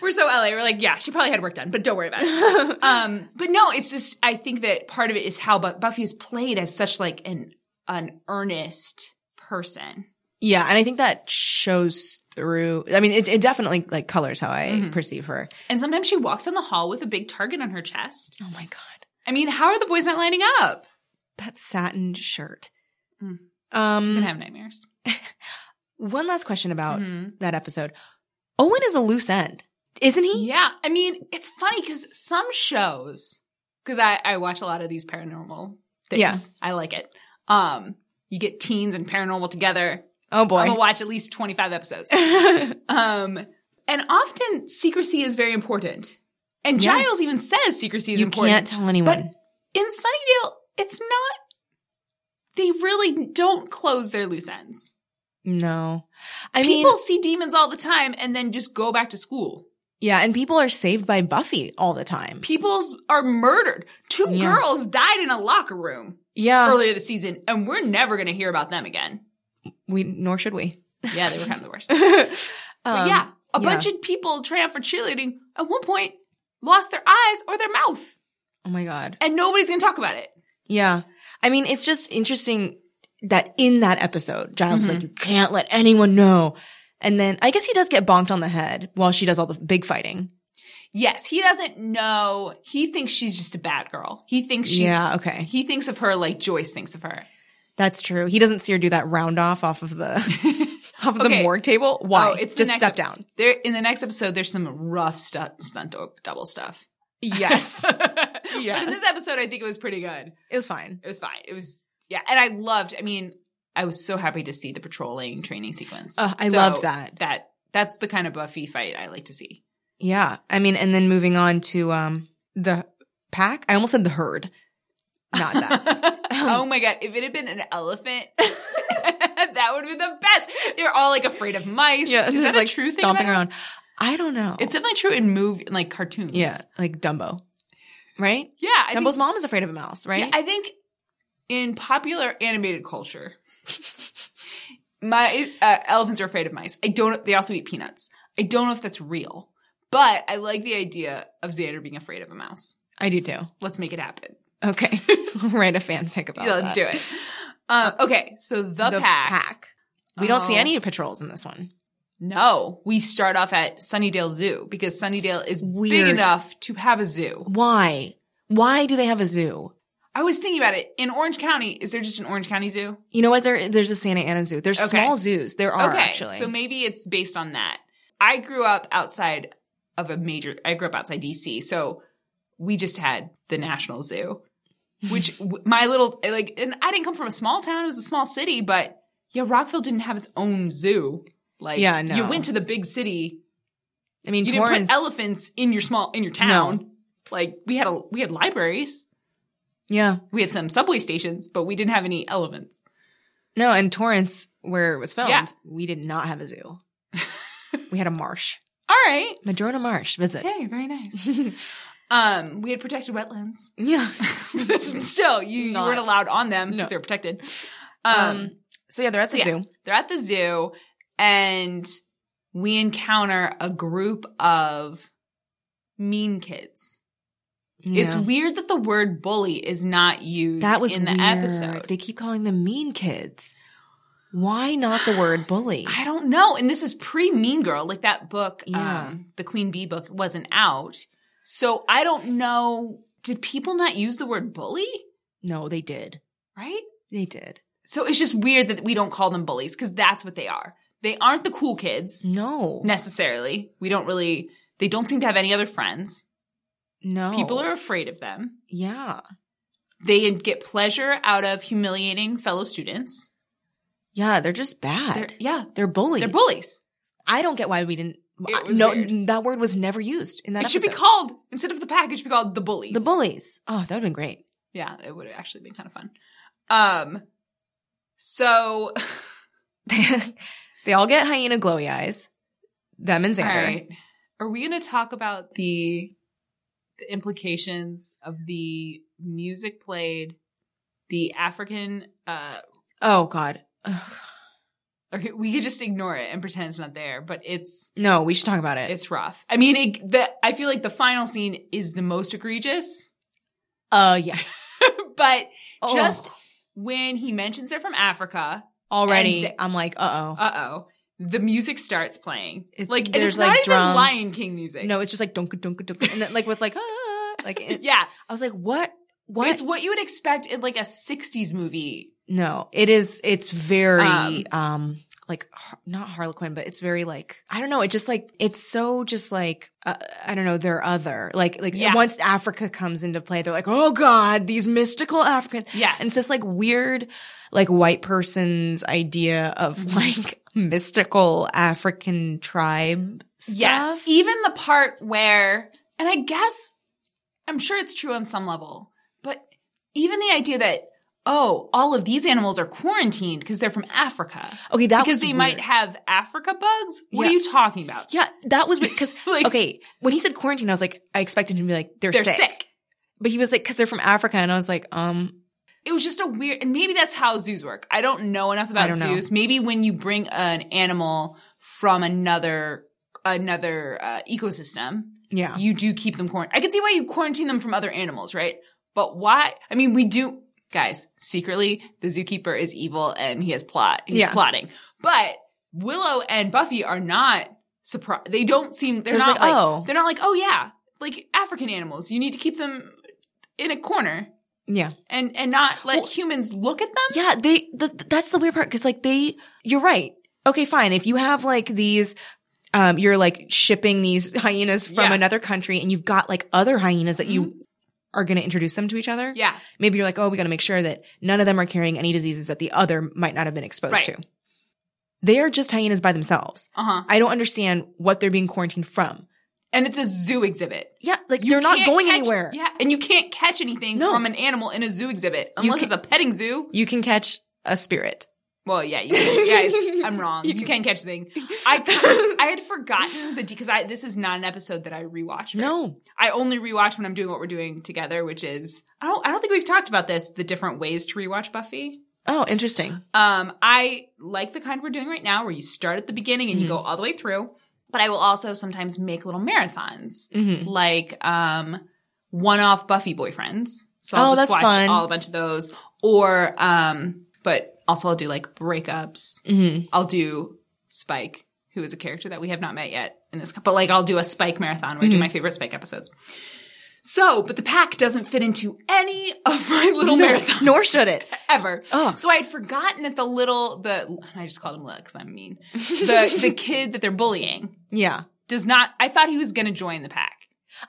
Speaker 2: We're so LA. We're like, yeah, she probably had work done, but don't worry about it. um, but no, it's just, I think that part of it is how Bu- Buffy is played as such like an, an earnest person.
Speaker 1: Yeah, and I think that shows through. I mean, it, it definitely like colors how I
Speaker 2: Mhm.
Speaker 1: perceive her.
Speaker 2: And sometimes she walks in the hall with a big target on her chest.
Speaker 1: Oh my god,
Speaker 2: I mean, how are the boys not lining up?
Speaker 1: that satin shirt.
Speaker 2: Mm. I'm
Speaker 1: Um,
Speaker 2: going to have nightmares.
Speaker 1: one last question about
Speaker 2: Mhm.
Speaker 1: that episode. Owen is a loose end, isn't he?
Speaker 2: Yeah. I mean, it's funny because some shows, because I, I watch a lot of these paranormal things.
Speaker 1: Yeah.
Speaker 2: I like it. Um, you get teens and paranormal together.
Speaker 1: Oh
Speaker 2: I'm
Speaker 1: boy.
Speaker 2: gonna watch at least 25 episodes. um, and often secrecy is very important. And
Speaker 1: Yes.
Speaker 2: Giles even says secrecy is
Speaker 1: you can't
Speaker 2: important.
Speaker 1: tell anyone.
Speaker 2: In Sunnydale, it's not, they really don't close their loose ends.
Speaker 1: no, I mean,
Speaker 2: People see demons all the time and then just go back to school.
Speaker 1: yeah, and people are saved by Buffy all the time.
Speaker 2: People's are murdered. Two
Speaker 1: Yeah. Uh.
Speaker 2: girls died in a locker room
Speaker 1: Yeah,
Speaker 2: earlier this season, and we're never going to hear about them again.
Speaker 1: we nor should we.
Speaker 2: Yeah, they were kind of the worst.
Speaker 1: um,
Speaker 2: but yeah, a
Speaker 1: yeah.
Speaker 2: bunch of people trying out for cheerleading at one point lost their eyes or their mouth,
Speaker 1: Oh my god.
Speaker 2: and nobody's going to talk about it.
Speaker 1: Yeah. I mean, it's just interesting that in that episode, Giles is
Speaker 2: Mhm.
Speaker 1: like, you can't let anyone know. And then I guess he does get bonked on the head while she does all the big fighting.
Speaker 2: Yes, he doesn't know. He thinks she's just a bad girl. He thinks she's.
Speaker 1: yeah. Okay.
Speaker 2: He thinks of her like Joyce thinks of her.
Speaker 1: That's true. He doesn't see her do that round off off of the, off of
Speaker 2: Okay.
Speaker 1: the morgue table. Why?
Speaker 2: Oh, it's the
Speaker 1: just
Speaker 2: next
Speaker 1: step
Speaker 2: ep-
Speaker 1: down.
Speaker 2: There in the next episode, there's some rough stuff, stunt dou- double stuff.
Speaker 1: Yes.
Speaker 2: But in this episode, I think it was pretty good.
Speaker 1: it was fine.
Speaker 2: It was fine. It was yeah, and I loved. I mean, I was so happy to see the patrolling training sequence.
Speaker 1: Uh, I
Speaker 2: So
Speaker 1: loved that.
Speaker 2: That that's the kind of Buffy fight I like to see.
Speaker 1: Yeah. I mean, and then moving on to, um, the pack. I almost said the herd. Not that. Um,
Speaker 2: oh my god! If it had been an elephant, that would have been the best. They're all like afraid of mice.
Speaker 1: yeah.
Speaker 2: is that
Speaker 1: like
Speaker 2: a true thing
Speaker 1: stomping
Speaker 2: about it?
Speaker 1: around. I don't know.
Speaker 2: It's definitely true in movie, in like cartoons.
Speaker 1: Yeah, like Dumbo, right?
Speaker 2: yeah. I
Speaker 1: Dumbo's mom is afraid of a mouse, right?
Speaker 2: Yeah, I think in popular animated culture, my uh, elephants are afraid of mice. I don't. They also eat peanuts. I don't know if that's real, but I like the idea of Xander being afraid of a mouse.
Speaker 1: I, do too.
Speaker 2: Let's make it happen.
Speaker 1: Okay, write a fanfic about.
Speaker 2: Yeah, let's do it. Um, okay, so the, pack.
Speaker 1: We don't see
Speaker 2: Oh.
Speaker 1: any patrols in this one.
Speaker 2: No, we start off at Sunnydale Zoo because Sunnydale is big
Speaker 1: Weird.
Speaker 2: enough to have a zoo.
Speaker 1: Why? Why do they have a zoo?
Speaker 2: I was thinking about it. In Orange County, is there just an Orange County Zoo?
Speaker 1: You know what? There, there's a Santa Ana zoo. There's
Speaker 2: Okay.
Speaker 1: small zoos. There are
Speaker 2: okay,
Speaker 1: actually.
Speaker 2: so maybe it's based on that. I grew up outside of a major. I grew up outside DC, so we just had the National Zoo, which w- my little like. And I didn't come from a small town; it was a small city, but yeah, Rockville didn't have its own zoo. Like,
Speaker 1: Yeah, no.
Speaker 2: you went to the big city.
Speaker 1: I mean,
Speaker 2: You
Speaker 1: Torrance.
Speaker 2: didn't put elephants in your small in your town. Like we had a we had libraries,
Speaker 1: yeah,
Speaker 2: we had some subway stations, but we didn't have any elephants.
Speaker 1: no, and Torrance, where it was filmed,
Speaker 2: Yeah.
Speaker 1: we did not have a zoo. we had a marsh,
Speaker 2: All right.
Speaker 1: Madrona Marsh. Visit.
Speaker 2: Hey, very nice. um, we had protected wetlands.
Speaker 1: Yeah.
Speaker 2: But still, you, you
Speaker 1: Not-
Speaker 2: weren't allowed on them
Speaker 1: No.
Speaker 2: because they're protected.
Speaker 1: Um,
Speaker 2: Um,
Speaker 1: So yeah, they're at the
Speaker 2: So, yeah.
Speaker 1: zoo.
Speaker 2: They're at the zoo and we encounter a group of mean kids. It's
Speaker 1: Yeah.
Speaker 2: weird that the word bully is not used
Speaker 1: that was
Speaker 2: in the
Speaker 1: weird.
Speaker 2: episode.
Speaker 1: They keep calling them mean kids. Why not the word bully?
Speaker 2: I don't know. And this is pre Mean Girl. Like that book,
Speaker 1: Yeah.
Speaker 2: um, the Queen Bee book wasn't out. So I don't know. Did people not use the word bully?
Speaker 1: no, they did.
Speaker 2: Right?
Speaker 1: They did.
Speaker 2: So it's just weird that we don't call them bullies because that's what they are. They aren't the cool kids
Speaker 1: No,
Speaker 2: necessarily. We don't really, they don't seem to have any other friends.
Speaker 1: no.
Speaker 2: People are afraid of them.
Speaker 1: Yeah,
Speaker 2: They get pleasure out of humiliating fellow students.
Speaker 1: yeah. They're just bad.
Speaker 2: They're,
Speaker 1: They're,
Speaker 2: yeah,
Speaker 1: bullies.
Speaker 2: they're bullies.
Speaker 1: I don't get why we didn't. uh,
Speaker 2: It was
Speaker 1: no,
Speaker 2: weird.
Speaker 1: that word was never used in that.
Speaker 2: it should be
Speaker 1: episode.
Speaker 2: called, instead of the package, be called the bullies.
Speaker 1: the bullies. Oh, that would have been great.
Speaker 2: Yeah, it would have actually been kind of fun. Um, so,
Speaker 1: they all get hyena glowy eyes. Them and
Speaker 2: all
Speaker 1: Xander.
Speaker 2: right. Are we going to talk about the, the implications of the music played, the African, uh,
Speaker 1: Oh God. Ugh.
Speaker 2: okay, we could just ignore it and pretend it's not there, but it's,
Speaker 1: No, we should talk about it.
Speaker 2: it's rough. I mean, it, the, I feel like the final scene is the most egregious,
Speaker 1: Uh, yes.
Speaker 2: but
Speaker 1: Oh.
Speaker 2: Just when he mentions they're from Africa,
Speaker 1: already,
Speaker 2: and
Speaker 1: I'm like, uh oh.
Speaker 2: uh oh, the music starts playing.
Speaker 1: It's-
Speaker 2: like and
Speaker 1: there's,
Speaker 2: it's
Speaker 1: like,
Speaker 2: not even
Speaker 1: drums.
Speaker 2: Lion King music.
Speaker 1: No, it's just like dunka dunka dunka, and then, like with like ah, like it-
Speaker 2: yeah,
Speaker 1: I was like, what? What?
Speaker 2: it's what you would expect in like a '60s movie.
Speaker 1: no, it is. It's very
Speaker 2: Um,
Speaker 1: um, like har- not Harlequin, but it's very like I don't know. It just like it's so just like uh, I don't know. They're other like like
Speaker 2: Yeah.
Speaker 1: once Africa comes into play, they're like, oh god, these mystical African.
Speaker 2: Yes,
Speaker 1: And it's this like weird, like white person's idea
Speaker 2: Mm-hmm.
Speaker 1: of like mystical African tribe stuff.
Speaker 2: yes, even the part where, and I guess I'm sure it's true on some level, but even the idea that oh, all of these animals are quarantined because they're from Africa
Speaker 1: Okay, that
Speaker 2: because
Speaker 1: was
Speaker 2: they
Speaker 1: weird.
Speaker 2: might have Africa bugs. What
Speaker 1: Yeah.
Speaker 2: are you talking about?
Speaker 1: Yeah, that was because
Speaker 2: Like-
Speaker 1: okay, when he said quarantine, I was like, I expected him to be like, they're,
Speaker 2: They're
Speaker 1: sick.
Speaker 2: sick.
Speaker 1: but he was like, because they're from Africa, and I was like, um,
Speaker 2: it was just a weird and maybe that's how zoos work i don't know enough about
Speaker 1: don't know.
Speaker 2: zoos maybe when you bring an animal from another another uh, ecosystem
Speaker 1: yeah,
Speaker 2: you do keep them quarantined i can see why you quarantine them from other animals right but why i mean we do guys secretly the zookeeper is evil and he has plot he's
Speaker 1: Yeah.
Speaker 2: plotting but willow and buffy are not surprised they don't seem they're
Speaker 1: There's
Speaker 2: not
Speaker 1: like,
Speaker 2: like
Speaker 1: oh.
Speaker 2: they're not like oh yeah like african animals you need to keep them in a corner
Speaker 1: yeah,
Speaker 2: and and not let
Speaker 1: Well-
Speaker 2: humans look at them.
Speaker 1: yeah. They the, that's the weird part because like they, you're right. Okay, fine. If you have like these. Um, you're like shipping these hyenas from
Speaker 2: Yeah. Mm-hmm.
Speaker 1: another country and you've got like other hyenas that you are going to introduce them to each other.
Speaker 2: Yeah,
Speaker 1: Maybe you're like, oh, we got to make sure that none of them are carrying any diseases that the other might not have been exposed
Speaker 2: Right.
Speaker 1: to. They are just hyenas by themselves.
Speaker 2: uh huh.
Speaker 1: I don't understand what they're being quarantined from.
Speaker 2: And it's a zoo exhibit.
Speaker 1: Yeah, like
Speaker 2: You
Speaker 1: they're not
Speaker 2: can't
Speaker 1: going
Speaker 2: catch-
Speaker 1: anywhere.
Speaker 2: Yeah, and you can't catch anything
Speaker 1: No.
Speaker 2: from an animal in a zoo exhibit
Speaker 1: You
Speaker 2: unless
Speaker 1: can-
Speaker 2: it's a petting zoo.
Speaker 1: You can catch a spirit.
Speaker 2: Well, yeah, you guys, I'm wrong. You can catch things. I I had forgotten the because I this is not an episode that I rewatched.
Speaker 1: No.
Speaker 2: I only rewatch when I'm doing what we're doing together, which is I don't I don't think we've talked about this the different ways to rewatch Buffy.
Speaker 1: Oh, interesting.
Speaker 2: Um, I like the kind we're doing right now, where you start at the beginning
Speaker 1: Mm-hmm.
Speaker 2: and you go all the way through. But I will also sometimes make little marathons,
Speaker 1: Mm-hmm.
Speaker 2: like um, one-off Buffy boyfriends. So
Speaker 1: Oh,
Speaker 2: I'll just
Speaker 1: that's
Speaker 2: watch
Speaker 1: fun.
Speaker 2: all a bunch of those, or um, but also I'll do like breakups.
Speaker 1: Mm-hmm.
Speaker 2: I'll do Spike, who is a character that we have not met yet in this, but like I'll do a Spike marathon where I
Speaker 1: Mm-hmm.
Speaker 2: do my favorite Spike episodes. So, but the pack doesn't fit into any of my little marathons
Speaker 1: Nor should it.
Speaker 2: ever.
Speaker 1: Ugh.
Speaker 2: So I had forgotten that the little the I just called him little because I'm mean. The the kid that they're bullying
Speaker 1: Yeah.
Speaker 2: does not. I thought he was going to join the pack.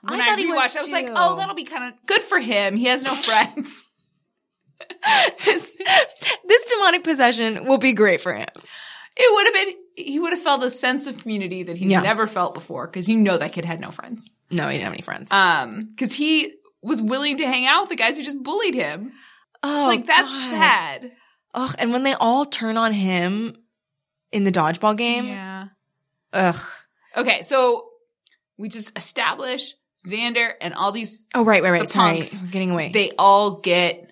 Speaker 2: When
Speaker 1: I
Speaker 2: I,
Speaker 1: thought
Speaker 2: rewatched,
Speaker 1: he was
Speaker 2: I was like,
Speaker 1: too.
Speaker 2: oh, that'll be kind of good for him. He has no friends.
Speaker 1: this, this demonic possession will be great for him.
Speaker 2: It would have been. He would have felt a sense of community that he's
Speaker 1: Yeah.
Speaker 2: never felt before because you know that kid had no friends.
Speaker 1: No, he didn't have any friends.
Speaker 2: Um, because he was willing to hang out with the guys who just bullied him.
Speaker 1: oh,
Speaker 2: like that's
Speaker 1: God.
Speaker 2: sad.
Speaker 1: Ugh, and when they all turn on him in the dodgeball game,
Speaker 2: Yeah.
Speaker 1: ugh.
Speaker 2: Okay, so we just establish Xander and all these
Speaker 1: Oh, right, right, right.
Speaker 2: The
Speaker 1: Sorry,
Speaker 2: punks.
Speaker 1: I'm getting away.
Speaker 2: they all get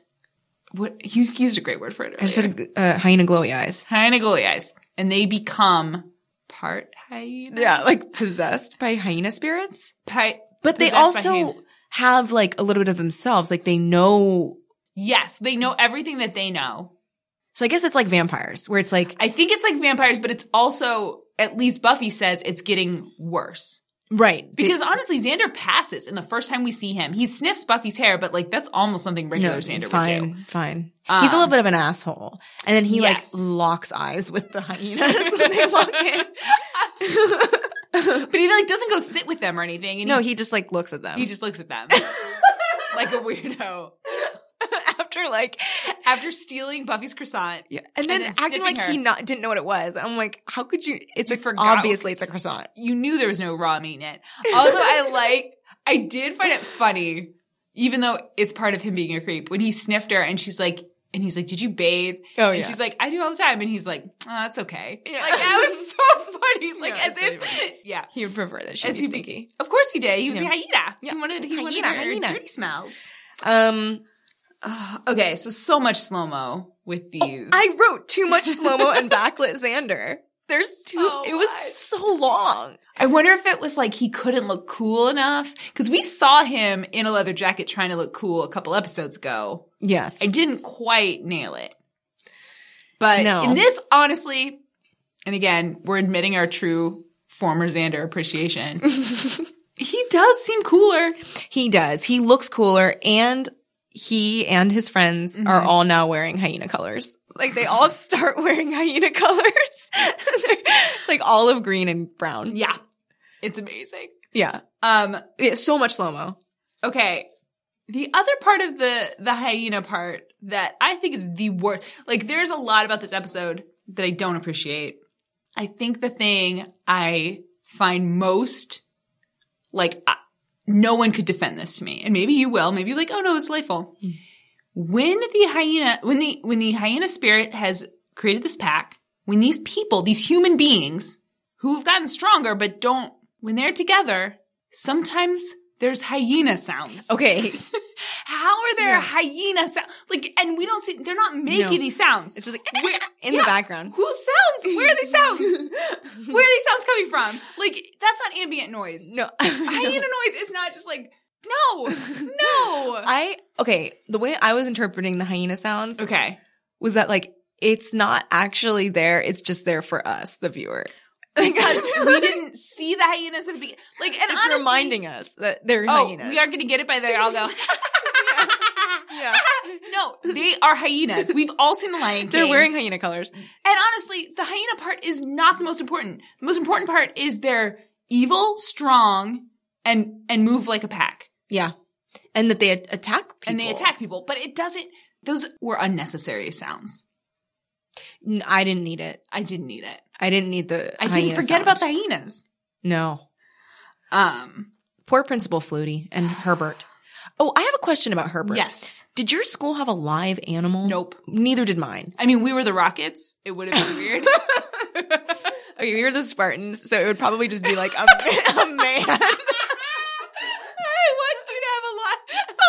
Speaker 2: What you used a great word for it.
Speaker 1: I just
Speaker 2: earlier.
Speaker 1: said uh, hyena glowy eyes.
Speaker 2: hyena glowy eyes, and they become part hyena.
Speaker 1: Yeah, like possessed by hyena spirits.
Speaker 2: Pi-
Speaker 1: But they
Speaker 2: Possessed by
Speaker 1: also
Speaker 2: hyena.
Speaker 1: have like a little bit of themselves. Like they know.
Speaker 2: yes, they know everything that they know.
Speaker 1: So I guess it's like vampires, where it's like
Speaker 2: I think it's like vampires, but it's also at least Buffy says it's getting worse.
Speaker 1: right they-
Speaker 2: Because honestly, Xander passes, and the first time we see him, he sniffs Buffy's hair, but like that's almost something regular
Speaker 1: no,
Speaker 2: Xander
Speaker 1: it's
Speaker 2: would
Speaker 1: fine,
Speaker 2: do.
Speaker 1: fine.
Speaker 2: Um,
Speaker 1: He's a little bit of an asshole, and then he
Speaker 2: Yes.
Speaker 1: like locks eyes with the hyenas when they walk in.
Speaker 2: But he like doesn't go sit with them or anything. And
Speaker 1: no,
Speaker 2: he,
Speaker 1: he just like looks at them.
Speaker 2: he just looks at them like a weirdo
Speaker 1: after like
Speaker 2: after stealing Buffy's croissant.
Speaker 1: Yeah. And then
Speaker 2: then
Speaker 1: acting like
Speaker 2: sniffing
Speaker 1: he
Speaker 2: her.
Speaker 1: not didn't know what it was. I'm like, how could you? It's
Speaker 2: You
Speaker 1: a,
Speaker 2: forgot.
Speaker 1: obviously it's a croissant.
Speaker 2: You knew there was no raw meat in it. Also, I like I did find it funny, even though it's part of him being a creep when he sniffed her and she's like. And he's like, "Did you bathe?"
Speaker 1: Oh
Speaker 2: and she's like, "I do all the time." And he's like, "Oh, that's okay."
Speaker 1: Yeah.
Speaker 2: Like that was so funny. Like
Speaker 1: Yeah,
Speaker 2: as
Speaker 1: it's really
Speaker 2: if,
Speaker 1: funny.
Speaker 2: yeah.
Speaker 1: he would prefer that she
Speaker 2: As
Speaker 1: be
Speaker 2: he be-
Speaker 1: stinky.
Speaker 2: Of course he did. He was
Speaker 1: Yeah.
Speaker 2: a hyena.
Speaker 1: Yeah.
Speaker 2: He wanted he wanted
Speaker 1: Hyena,
Speaker 2: her
Speaker 1: hyena.
Speaker 2: dirty smells.
Speaker 1: Um,
Speaker 2: Ugh, okay, so so much slow mo with these.
Speaker 1: I wrote too much slow mo and backlit Xander. There's too.
Speaker 2: Oh,
Speaker 1: it was
Speaker 2: what?
Speaker 1: so long.
Speaker 2: I wonder if it was like he couldn't look cool enough because we saw him in a leather jacket trying to look cool a couple episodes ago.
Speaker 1: Yes.
Speaker 2: I didn't quite nail it, but
Speaker 1: No.
Speaker 2: in this, honestly, and again, we're admitting our true former Xander appreciation. he does seem cooler.
Speaker 1: he does. He looks cooler, and he and his friends are
Speaker 2: Mhm.
Speaker 1: all now wearing hyena colors. Like they all start wearing hyena colors. it's like olive green and brown.
Speaker 2: Yeah, it's amazing.
Speaker 1: Yeah.
Speaker 2: Um,
Speaker 1: yeah so much slow mo.
Speaker 2: Okay. The other part of the the hyena part that I think is the worst. Like there's a lot about this episode that I don't appreciate. I think the thing I find most like I, no one could defend this to me. And maybe you will. Maybe you're like, "Oh no, it's delightful." When the hyena when the when the hyena spirit has created this pack, when these people, these human beings who've gotten stronger but don't when they're together, sometimes there's hyena sounds.
Speaker 1: Okay.
Speaker 2: How are there
Speaker 1: Yeah.
Speaker 2: hyena sounds? Like, and we don't see, they're not making
Speaker 1: No.
Speaker 2: these sounds.
Speaker 1: It's
Speaker 2: It's
Speaker 1: just like
Speaker 2: Where-
Speaker 1: in
Speaker 2: yeah.
Speaker 1: the background.
Speaker 2: who sounds? Where are these sounds? Where are these sounds coming from? Like, that's not ambient noise.
Speaker 1: No.
Speaker 2: Hyena noise is not just like, no, no.
Speaker 1: I okay, the way I was interpreting the hyena sounds
Speaker 2: okay.
Speaker 1: was that like it's not actually there, it's just there for us, the viewer.
Speaker 2: Because we didn't see the hyenas at the beginning. Like, and
Speaker 1: it's
Speaker 2: honestly,
Speaker 1: reminding us that they're
Speaker 2: oh,
Speaker 1: hyenas.
Speaker 2: we are going to get it by there. I'll go.
Speaker 1: yeah.
Speaker 2: no, they are hyenas. We've all seen the Lion King.
Speaker 1: They're wearing hyena colors.
Speaker 2: And honestly, the hyena part is not the most important. The most important part is they're evil, strong, and and move like a pack.
Speaker 1: Yeah. And that they a- attack people.
Speaker 2: And they attack people. But it doesn't those were unnecessary sounds.
Speaker 1: N- I didn't need it.
Speaker 2: I didn't need it.
Speaker 1: I didn't need the
Speaker 2: I didn't forget about the hyenas.
Speaker 1: that. No.
Speaker 2: Um
Speaker 1: Poor Principal Flutie and Herbert. Oh, I have a question about Herbert.
Speaker 2: yes.
Speaker 1: Did your school have a live animal?
Speaker 2: Nope.
Speaker 1: Neither did mine.
Speaker 2: I mean we were the rockets. It would have been weird.
Speaker 1: Oh, Okay, we were the Spartans, so it would probably just be like a, a man.
Speaker 2: I want you to have a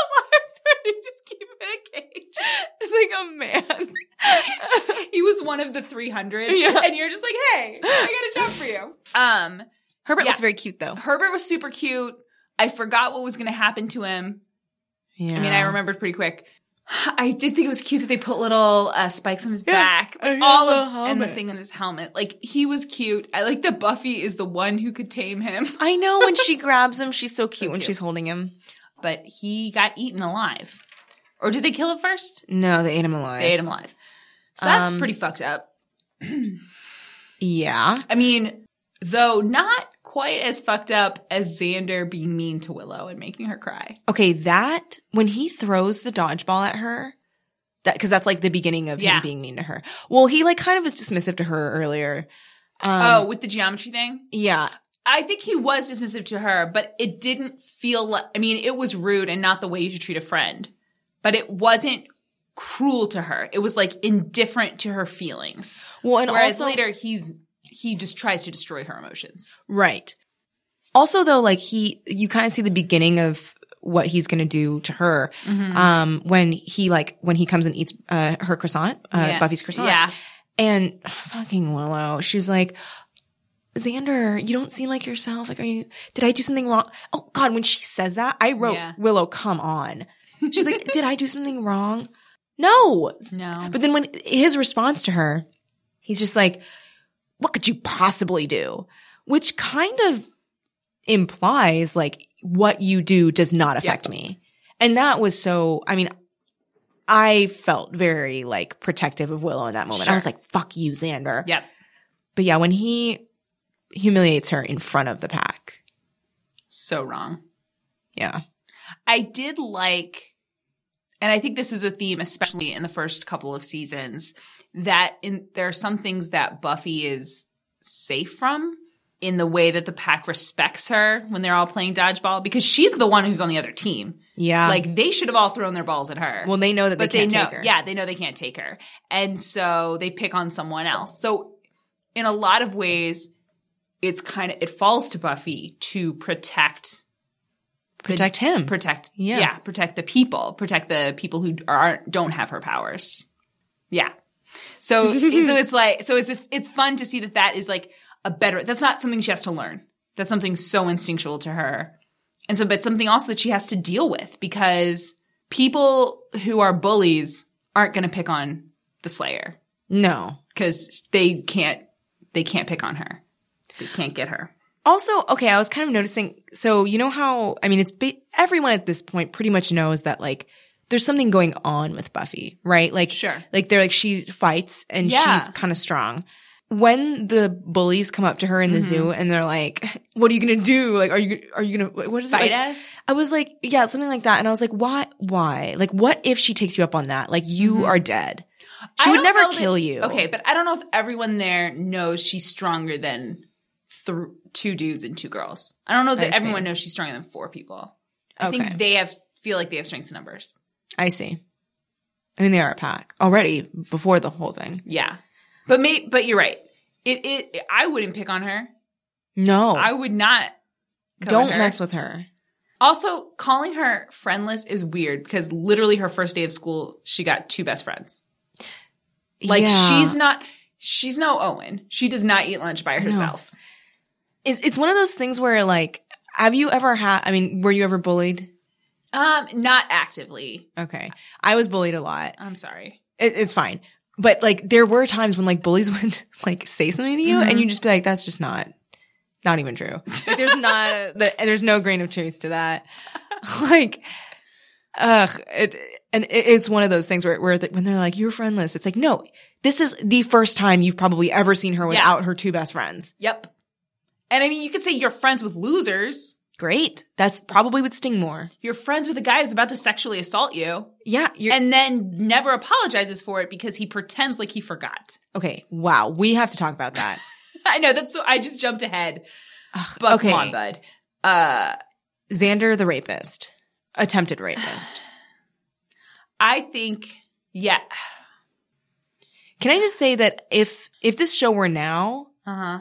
Speaker 2: lot a lot of fur to just keep in a cage.
Speaker 1: It's like a man.
Speaker 2: He was one of the 300
Speaker 1: Yeah.
Speaker 2: and you're just like, "Hey, I got a job for you." Um
Speaker 1: Herbert
Speaker 2: Yeah.
Speaker 1: looks very cute, though.
Speaker 2: Herbert was super cute. I forgot what was going to happen to him.
Speaker 1: Yeah.
Speaker 2: I mean, I remembered pretty quick. I did think it was cute that they put little uh, spikes on his
Speaker 1: Yeah,
Speaker 2: back,
Speaker 1: I
Speaker 2: like,
Speaker 1: got
Speaker 2: all
Speaker 1: a
Speaker 2: of and the
Speaker 1: helmet.
Speaker 2: thing on his helmet. Like he was cute. I like that Buffy is the one who could tame him,
Speaker 1: I know when she grabs him, she's so cute when
Speaker 2: cute.
Speaker 1: she's holding him.
Speaker 2: but he got eaten alive. Or did they kill him first?
Speaker 1: No, they ate him alive.
Speaker 2: They ate him alive. So that's
Speaker 1: Um,
Speaker 2: pretty fucked up.
Speaker 1: Yeah.
Speaker 2: I mean, though not quite as fucked up as Xander being mean to Willow and making her cry.
Speaker 1: Okay, that when he throws the dodgeball at her, that because that's like the beginning of
Speaker 2: Yeah.
Speaker 1: him being mean to her. Well, he like kind of was dismissive to her earlier. Um,
Speaker 2: oh, with the geometry thing?
Speaker 1: yeah,
Speaker 2: I think he was dismissive to her, but it didn't feel like, I mean, it was rude and not the way you should treat a friend, but it wasn't cruel to her. It was like indifferent to her feelings.
Speaker 1: Well, and
Speaker 2: Whereas
Speaker 1: also
Speaker 2: later he's, he just tries to destroy her emotions.
Speaker 1: right. Also, though, like he, you kind of see the beginning of what he's going to do to her.
Speaker 2: Mm-hmm.
Speaker 1: Um, when he like, when he comes and eats, uh, her croissant, uh,
Speaker 2: Yeah.
Speaker 1: Buffy's croissant.
Speaker 2: Yeah.
Speaker 1: And fucking Willow, she's like, Xander, you don't seem like yourself. Like, are you, did I do something wrong? Oh God, when she says that, I wrote,
Speaker 2: Yeah.
Speaker 1: Willow, come on. She's like, did I do something wrong? No.
Speaker 2: No.
Speaker 1: But then when his response to her, he's just like, what could you possibly do? Which kind of implies like what you do does not affect me. And that was so, I mean, I felt very like protective of Willow in that moment. I was
Speaker 2: Sure.
Speaker 1: like, fuck you, Xander.
Speaker 2: Yep.
Speaker 1: But yeah, when he humiliates her in front of the pack.
Speaker 2: So wrong.
Speaker 1: Yeah.
Speaker 2: I did like, and I think this is a theme, especially in the first couple of seasons, that in there are some things that Buffy is safe from in the way that the pack respects her when they're all playing dodgeball because she's the one who's on the other team.
Speaker 1: Yeah.
Speaker 2: like they should have all thrown their balls at her.
Speaker 1: well, they know that
Speaker 2: but
Speaker 1: they
Speaker 2: they,
Speaker 1: can't
Speaker 2: know,
Speaker 1: take her.
Speaker 2: yeah, they know they can't take her, and so they pick on someone else. So, in a lot of ways, it's kind of it falls to Buffy to protect
Speaker 1: Protect him.
Speaker 2: protect
Speaker 1: Yeah.
Speaker 2: yeah. protect the people protect the people who aren't don't have her powers yeah so so it's like so it's it's fun to see that that is like a better that's not something she has to learn that's something so instinctual to her and so but something also that she has to deal with because people who are bullies aren't going to pick on the slayer
Speaker 1: no.
Speaker 2: because they can't they can't pick on her they can't get her
Speaker 1: Also, okay, I was kind of noticing. So you know how I mean, it's ba- everyone at this point pretty much knows that like there's something going on with Buffy, right? Like,
Speaker 2: Sure.
Speaker 1: like they're like she fights and
Speaker 2: Yeah.
Speaker 1: she's kind of strong. When the bullies come up to her in the zoo
Speaker 2: Mm-hmm.
Speaker 1: and they're like, "What are you gonna do? Like, are you are you gonna what is
Speaker 2: fight
Speaker 1: it?" Like,
Speaker 2: us
Speaker 1: I was like, "Yeah, something like that," and I was like, "Why? Why? Like, what if she takes you up on that? Like, you are dead. She
Speaker 2: Mm-hmm. I
Speaker 1: would
Speaker 2: don't
Speaker 1: never
Speaker 2: know that-
Speaker 1: kill you."
Speaker 2: Okay, but I don't know if everyone there knows she's stronger than th- two dudes and two girls. I don't know that
Speaker 1: I see.
Speaker 2: everyone knows she's stronger than four people. I
Speaker 1: Okay.
Speaker 2: think they have feel like they have strengths in numbers.
Speaker 1: I see. I mean, they are a pack already before the whole thing.
Speaker 2: Yeah, but may but you're right. It it I wouldn't pick on her.
Speaker 1: No,
Speaker 2: I would not. go
Speaker 1: Don't
Speaker 2: her.
Speaker 1: mess with her.
Speaker 2: Also, calling her friendless is weird because literally her first day of school, she got two best friends. Like
Speaker 1: Yeah.
Speaker 2: she's not. She's no Owen. She does not eat lunch by herself.
Speaker 1: It's, it's one of those things where like, have you ever had? I mean, were you ever bullied?
Speaker 2: Um, not actively.
Speaker 1: Okay, I was bullied a lot.
Speaker 2: I'm sorry.
Speaker 1: It, it's fine, but like there were times when like bullies would like say something to you, and you'd just be like, "That's just not, not even true." Like, there's not, a, the, and there's no grain of truth to that. like, ugh, it, and it, it's one of those things where where the, when they're like, "You're friendless," it's like, no, this is the first time you've probably ever seen her without her two best friends.
Speaker 2: Yep. And I mean, you could say you're friends with losers.
Speaker 1: Great, that's probably would sting more.
Speaker 2: You're friends with a guy who's about to sexually assault you
Speaker 1: Yeah, you're,
Speaker 2: and then never apologizes for it because he pretends like he forgot.
Speaker 1: Okay, wow, we have to talk about that.
Speaker 2: I know that's so I just jumped ahead. But
Speaker 1: okay.
Speaker 2: come on, bud. Uh,
Speaker 1: Xander the rapist, attempted rapist.
Speaker 2: I think, yeah.
Speaker 1: Can I just say that if if this show were now,
Speaker 2: Uh huh.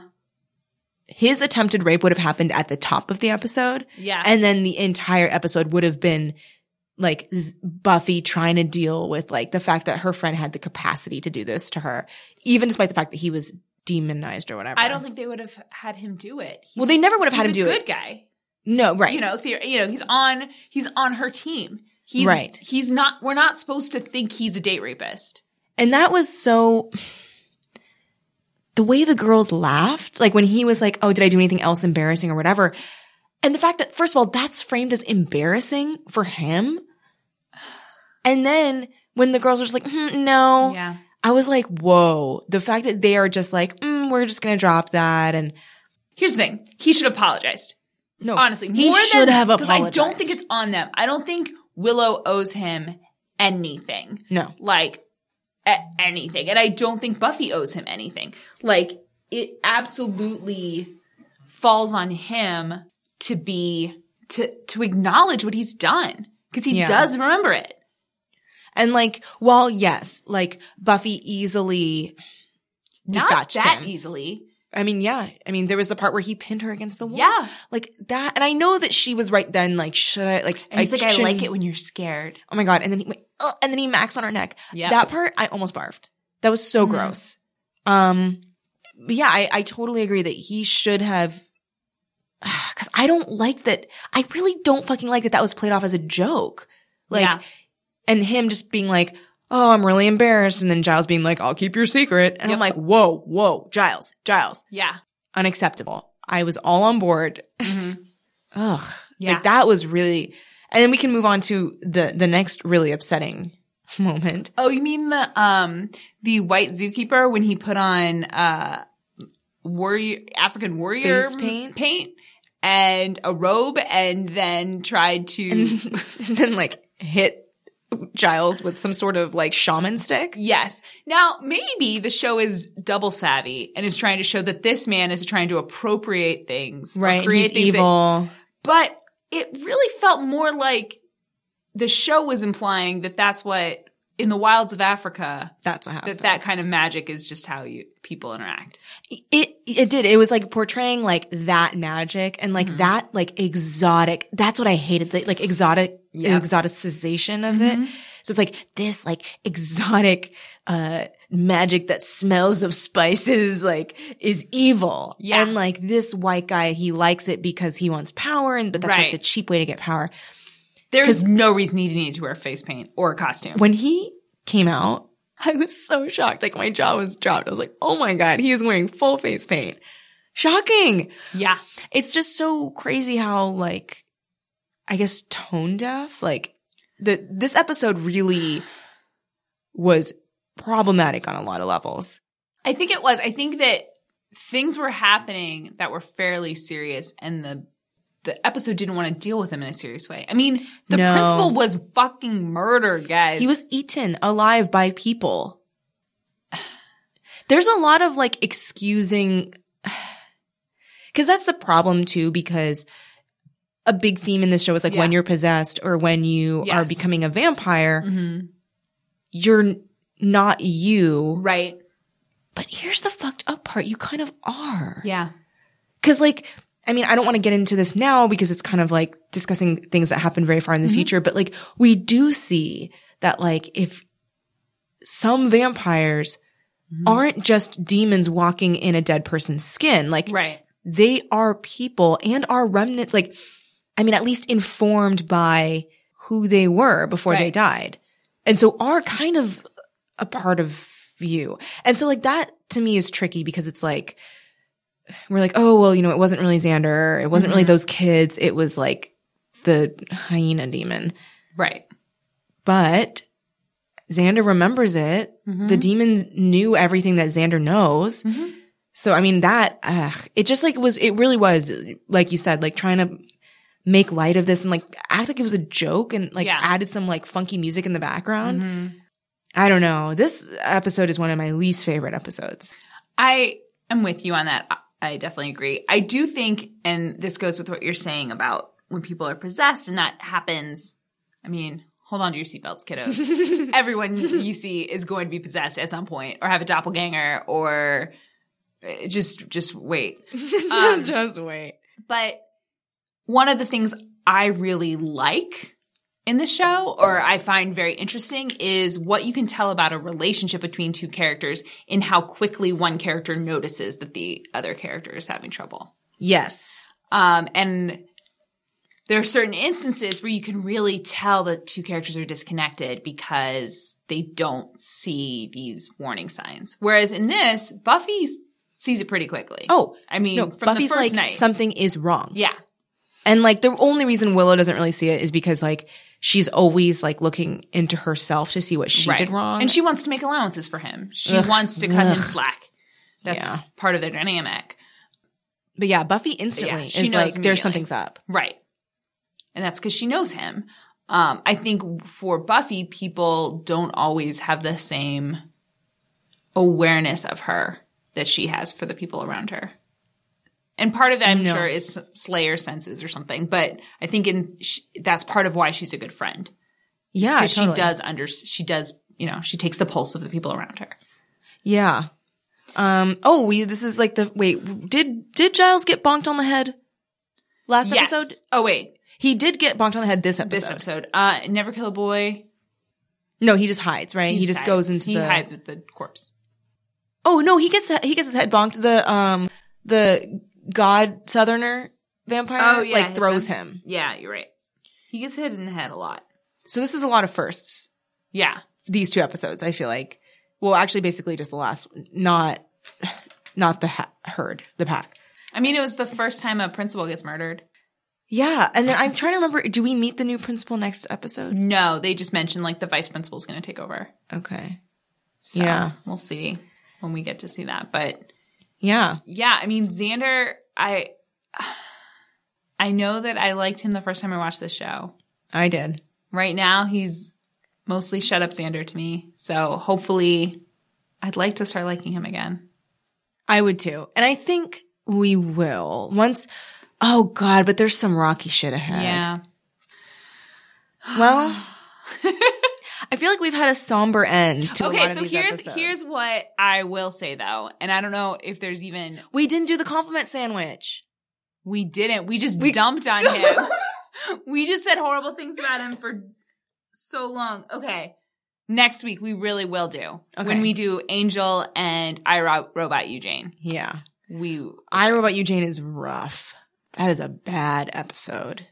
Speaker 1: his attempted rape would have happened at the top of the episode,
Speaker 2: Yeah.
Speaker 1: and then the entire episode would have been like Z- Buffy trying to deal with like the fact that her friend had the capacity to do this to her, even despite the fact that he was demonized or whatever.
Speaker 2: I don't think they would have had him do it. He's,
Speaker 1: Well, they never would have had him
Speaker 2: he's a
Speaker 1: do
Speaker 2: good
Speaker 1: it.
Speaker 2: guy.
Speaker 1: No, right?
Speaker 2: You know, theor- you know, he's on he's on her team. He's
Speaker 1: Right.
Speaker 2: he's not we're not supposed to think he's a date rapist.
Speaker 1: And that was so. The way the girls laughed, like when he was like, Oh, did I do anything else embarrassing or whatever? And the fact that, first of all, that's framed as embarrassing for him. And then when the girls are just like, "Hmm, No,
Speaker 2: Yeah.
Speaker 1: I was like, Whoa. The fact that they are just like, mm, We're just going to drop that. And
Speaker 2: Here's the thing. He should have apologized.
Speaker 1: no,
Speaker 2: Honestly,
Speaker 1: Oh, he
Speaker 2: more
Speaker 1: should
Speaker 2: than,
Speaker 1: have
Speaker 2: because
Speaker 1: apologized.
Speaker 2: I don't think it's on them. I don't think Willow owes him anything,
Speaker 1: No.
Speaker 2: like a- anything, and I don't think Buffy owes him anything. Like it absolutely falls on him to be to to acknowledge what he's done because he
Speaker 1: Yeah.
Speaker 2: does remember it.
Speaker 1: And like, while yes, like Buffy easily
Speaker 2: Not
Speaker 1: dispatched
Speaker 2: that
Speaker 1: him.
Speaker 2: easily.
Speaker 1: I mean, yeah. I mean, there was the part where he pinned her against the wall.
Speaker 3: Yeah.
Speaker 1: Like that. And I know that she was right then, like, should I, like,
Speaker 3: And he's like, I
Speaker 1: shouldn't-
Speaker 3: like it when you're scared.
Speaker 1: Oh my God. And then he went, "Ugh," and then he maxed on her neck.
Speaker 2: Yeah.
Speaker 1: That part, I almost barfed. That was so
Speaker 3: Mhm.
Speaker 1: gross. Um, but yeah, I, I totally agree that he should have, cause I don't like that. I really don't fucking like that that was played off as a joke. Like,
Speaker 2: Yeah.
Speaker 1: and him just being like, Oh, I'm really embarrassed. And then Giles being like, I'll keep your secret. And
Speaker 2: Yep.
Speaker 1: I'm like, whoa, whoa, Giles, Giles,
Speaker 2: yeah.
Speaker 1: unacceptable. I was all on board.
Speaker 2: Mhm.
Speaker 1: Ugh.
Speaker 2: Yeah.
Speaker 1: Like that was really, and then we can move on to the, the next really upsetting moment.
Speaker 2: Oh, you mean the um the white zookeeper when he put on uh warrior African warrior
Speaker 1: Face paint?
Speaker 2: paint and a robe and then tried to
Speaker 1: and
Speaker 2: Mm.
Speaker 1: then like hit Giles with some sort of like shaman stick.
Speaker 2: Yes. Now, maybe the show is double savvy and is trying to show that this man is trying to appropriate things, or
Speaker 1: Right,
Speaker 2: create
Speaker 1: he's
Speaker 2: things that-
Speaker 1: evil.
Speaker 2: but it really felt more like the show was implying that that's what in the wilds of Africa
Speaker 1: That's what happened.
Speaker 2: that that kind of magic is just how you people interact.
Speaker 1: it it did. It was like portraying like that magic and
Speaker 2: Mm-hmm.
Speaker 1: like that like exotic. That's what I hated. The, like exotic
Speaker 2: Yeah. Mm-hmm.
Speaker 1: exoticization of it. So it's like this like exotic uh magic that smells of spices like is evil.
Speaker 2: Yeah.
Speaker 1: And like this white guy, he likes it because he wants power and but that's
Speaker 2: Right.
Speaker 1: like the cheap way to get power.
Speaker 2: There's no reason he needed to wear face paint or a costume.
Speaker 1: when he came out, I was so shocked. Like my jaw was dropped. I was like, oh my God, he is wearing full face paint. Shocking.
Speaker 2: yeah.
Speaker 1: It's just so crazy how like, I guess tone deaf, like the, this episode really was problematic on a lot of levels.
Speaker 2: I think it was. I think that things were happening that were fairly serious and the the episode didn't want to deal with them in a serious way. I mean, the
Speaker 1: No.
Speaker 2: principal was fucking murdered, guys.
Speaker 1: He was eaten alive by people. There's a lot of like excusing, because that's the problem too, because a big theme in this show is like when
Speaker 2: Yeah.
Speaker 1: you're possessed or when you are
Speaker 2: Yes.
Speaker 1: becoming a vampire,
Speaker 2: Mhm.
Speaker 1: you're n- not you.
Speaker 2: right.
Speaker 1: But here's the fucked up part you kind of are.
Speaker 2: Yeah.
Speaker 1: Because, like, I mean, I don't want to get into this now because it's kind of like discussing things that happen very far in the future, but like, we do see that, like, if some vampires
Speaker 2: Mm-hmm.
Speaker 1: aren't just demons walking in a dead person's skin, like,
Speaker 2: Right.
Speaker 1: they are people and are remnants, like, I mean, at least informed by who they were before they
Speaker 2: Right.
Speaker 1: died. And so are kind of a part of you. And so like that to me is tricky because it's like, we're like, oh, well, you know, it wasn't really Xander. It wasn't really those kids. It was like the hyena demon.
Speaker 2: Right.
Speaker 1: But Xander remembers it.
Speaker 2: Mm-hmm.
Speaker 1: The demon knew everything that Xander knows. So, I mean, that, ugh, it just like was, it really was, like you said, like trying to make light of this and like act like it was a joke and like
Speaker 2: Yeah. Mm-hmm.
Speaker 1: added some like funky music in the background. I don't know. This episode is one of my least favorite episodes.
Speaker 2: I am with you on that. I- I definitely agree. I do think, and this goes with what you're saying about when people are possessed and that happens. I mean, hold on to your seatbelts, kiddos. Everyone you see is going to be possessed at some point or have a doppelganger or uh, just, just wait. Um,
Speaker 1: just wait.
Speaker 2: But one of the things I really like in the show, or I find very interesting, is what you can tell about a relationship between two characters in how quickly one character notices that the other character is having trouble.
Speaker 1: Yes.
Speaker 2: Um, and there are certain instances where you can really tell that two characters are disconnected because they don't see these warning signs. Whereas in this, Buffy sees it pretty quickly.
Speaker 1: Oh,
Speaker 2: I mean,
Speaker 1: no,
Speaker 2: from
Speaker 1: Buffy's
Speaker 2: the
Speaker 1: like
Speaker 2: first night.
Speaker 1: something is wrong.
Speaker 2: yeah.
Speaker 1: And like the only reason Willow doesn't really see it is because like she's always like looking into herself to see what she
Speaker 2: Right.
Speaker 1: did wrong.
Speaker 2: And she wants to make allowances for him. She
Speaker 1: Ugh.
Speaker 2: wants to cut him
Speaker 1: Ugh.
Speaker 2: slack. That's
Speaker 1: Yeah.
Speaker 2: part of their dynamic.
Speaker 1: but yeah, Buffy instantly
Speaker 2: Yeah, she
Speaker 1: is
Speaker 2: knows
Speaker 1: like,
Speaker 2: immediately.
Speaker 1: there's something's up.
Speaker 2: Right. And that's because she knows him. Um, I think for Buffy, people don't always have the same awareness of her that she has for the people around her. And part of that, I'm
Speaker 1: No.
Speaker 2: sure, is Slayer senses or something. But I think in sh that's part of why she's a good friend.
Speaker 1: Yeah.
Speaker 2: Because
Speaker 1: totally.
Speaker 2: she does under, she does, you know, she takes the pulse of the people around her.
Speaker 1: Yeah. Um, oh, we, this is like the, wait, did, did Giles get bonked on the head last
Speaker 2: Yes.
Speaker 1: episode?
Speaker 2: Oh wait,
Speaker 1: He did get bonked on the head this episode.
Speaker 2: this episode. Uh, never kill a boy.
Speaker 1: No, he just hides, right? He, just
Speaker 2: hides.
Speaker 1: goes into
Speaker 2: he
Speaker 1: the,
Speaker 2: hides with the corpse.
Speaker 1: oh no, he gets, he gets his head bonked. The, um, the god southerner vampire,
Speaker 2: Oh, yeah,
Speaker 1: like
Speaker 2: his
Speaker 1: throws
Speaker 2: son.
Speaker 1: him.
Speaker 2: Yeah, you're right. He gets hit in the head a lot.
Speaker 1: So this is a lot of firsts.
Speaker 2: Yeah,
Speaker 1: These two episodes, I feel like. Well, actually basically just the last, one. not, not the ha- herd, the pack.
Speaker 2: I mean it was the first time a principal gets murdered.
Speaker 1: Yeah. And then I'm trying to remember, do we meet the new principal next episode?
Speaker 2: No, they just mentioned like the vice principal's going to take over.
Speaker 1: Okay.
Speaker 2: So
Speaker 1: Yeah.
Speaker 2: we'll see when we get to see that. But
Speaker 1: Yeah.
Speaker 2: yeah, I mean Xander, I I know that I liked him the first time I watched this show.
Speaker 1: I did.
Speaker 2: Right now he's mostly shut up Xander to me. So hopefully I'd like to start liking him again.
Speaker 1: I would too. And I think we will once. Oh God, but there's some rocky shit ahead.
Speaker 2: Yeah.
Speaker 1: Well, I feel like we've had a somber end to a lot
Speaker 2: Okay,
Speaker 1: of
Speaker 2: so
Speaker 1: these
Speaker 2: here's
Speaker 1: episodes.
Speaker 2: here's what I will say though, and I don't know if there's even
Speaker 1: we didn't do the compliment sandwich.
Speaker 2: we didn't. We just dumped on him. we just said horrible things about him for so long. Okay. Next week we really will do.
Speaker 1: Okay.
Speaker 2: When we do Angel and I Ro- Robot You Jane.
Speaker 1: Yeah,
Speaker 2: We
Speaker 1: I Robot You Jane is rough. That is a bad episode.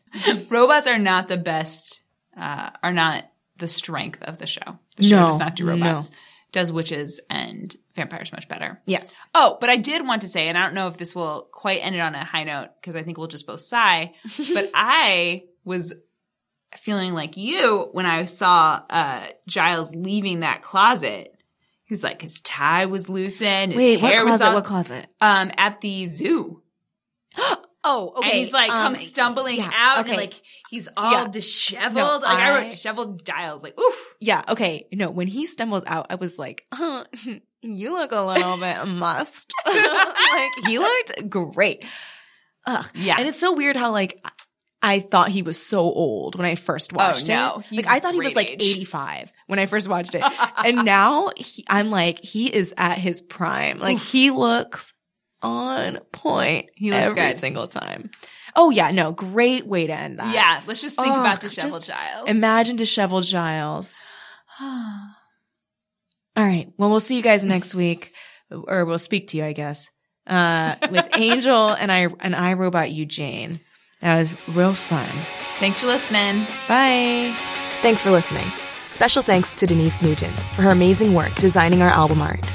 Speaker 2: robots are not the best uh are not the strength of the show. The show
Speaker 1: No,
Speaker 2: does not do
Speaker 1: no.
Speaker 2: robots. Does witches and vampires much better.
Speaker 1: Yes.
Speaker 2: Oh, but I did want to say, and I don't know if this will quite end it on a high note because I think we'll just both sigh. But I was feeling like you when I saw uh, Giles leaving that closet. He's like his tie was loosened. His
Speaker 1: Wait, what
Speaker 2: hair was
Speaker 1: closet?
Speaker 2: all-
Speaker 1: What closet?
Speaker 2: um, at the zoo.
Speaker 1: Oh, okay.
Speaker 2: And he's like
Speaker 1: um,
Speaker 2: comes stumbling
Speaker 1: yeah,
Speaker 2: out,
Speaker 1: okay.
Speaker 2: and like he's all
Speaker 1: Yeah.
Speaker 2: disheveled.
Speaker 1: No,
Speaker 2: like I,
Speaker 1: I-
Speaker 2: wrote disheveled Giles. Like oof.
Speaker 1: Yeah. Okay. No, when he stumbles out, I was like, huh, you look a little bit must. like he looked great. Ugh.
Speaker 2: Yeah.
Speaker 1: And it's so weird how like I- I thought he was so old when I first watched
Speaker 2: Oh, no,
Speaker 1: it.
Speaker 2: he's
Speaker 1: Like I thought he was
Speaker 2: great
Speaker 1: like
Speaker 2: age.
Speaker 1: 85 when I first watched it. and now he, I'm like, he is at his prime. Like he looks on point
Speaker 2: He looks
Speaker 1: every
Speaker 2: good.
Speaker 1: single time. Oh yeah, no, great way to end that.
Speaker 2: yeah. Let's just think
Speaker 1: Ugh,
Speaker 2: about disheveled
Speaker 1: just
Speaker 2: Giles.
Speaker 1: Imagine disheveled Giles. All right. Well, we'll see you guys next week, or we'll speak to you, I guess, uh, with Angel and I and I Robot You Jane. That was real fun.
Speaker 2: Thanks for listening.
Speaker 1: Bye.
Speaker 3: Thanks for listening. Special thanks to Denise Nugent for her amazing work designing our album art.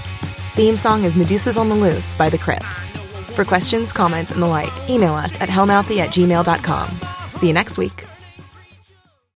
Speaker 3: Theme song is Medusa's on the Loose by The Crypts. For questions, comments, and the like, email us at hellmouthy at gmail.com. See you next week.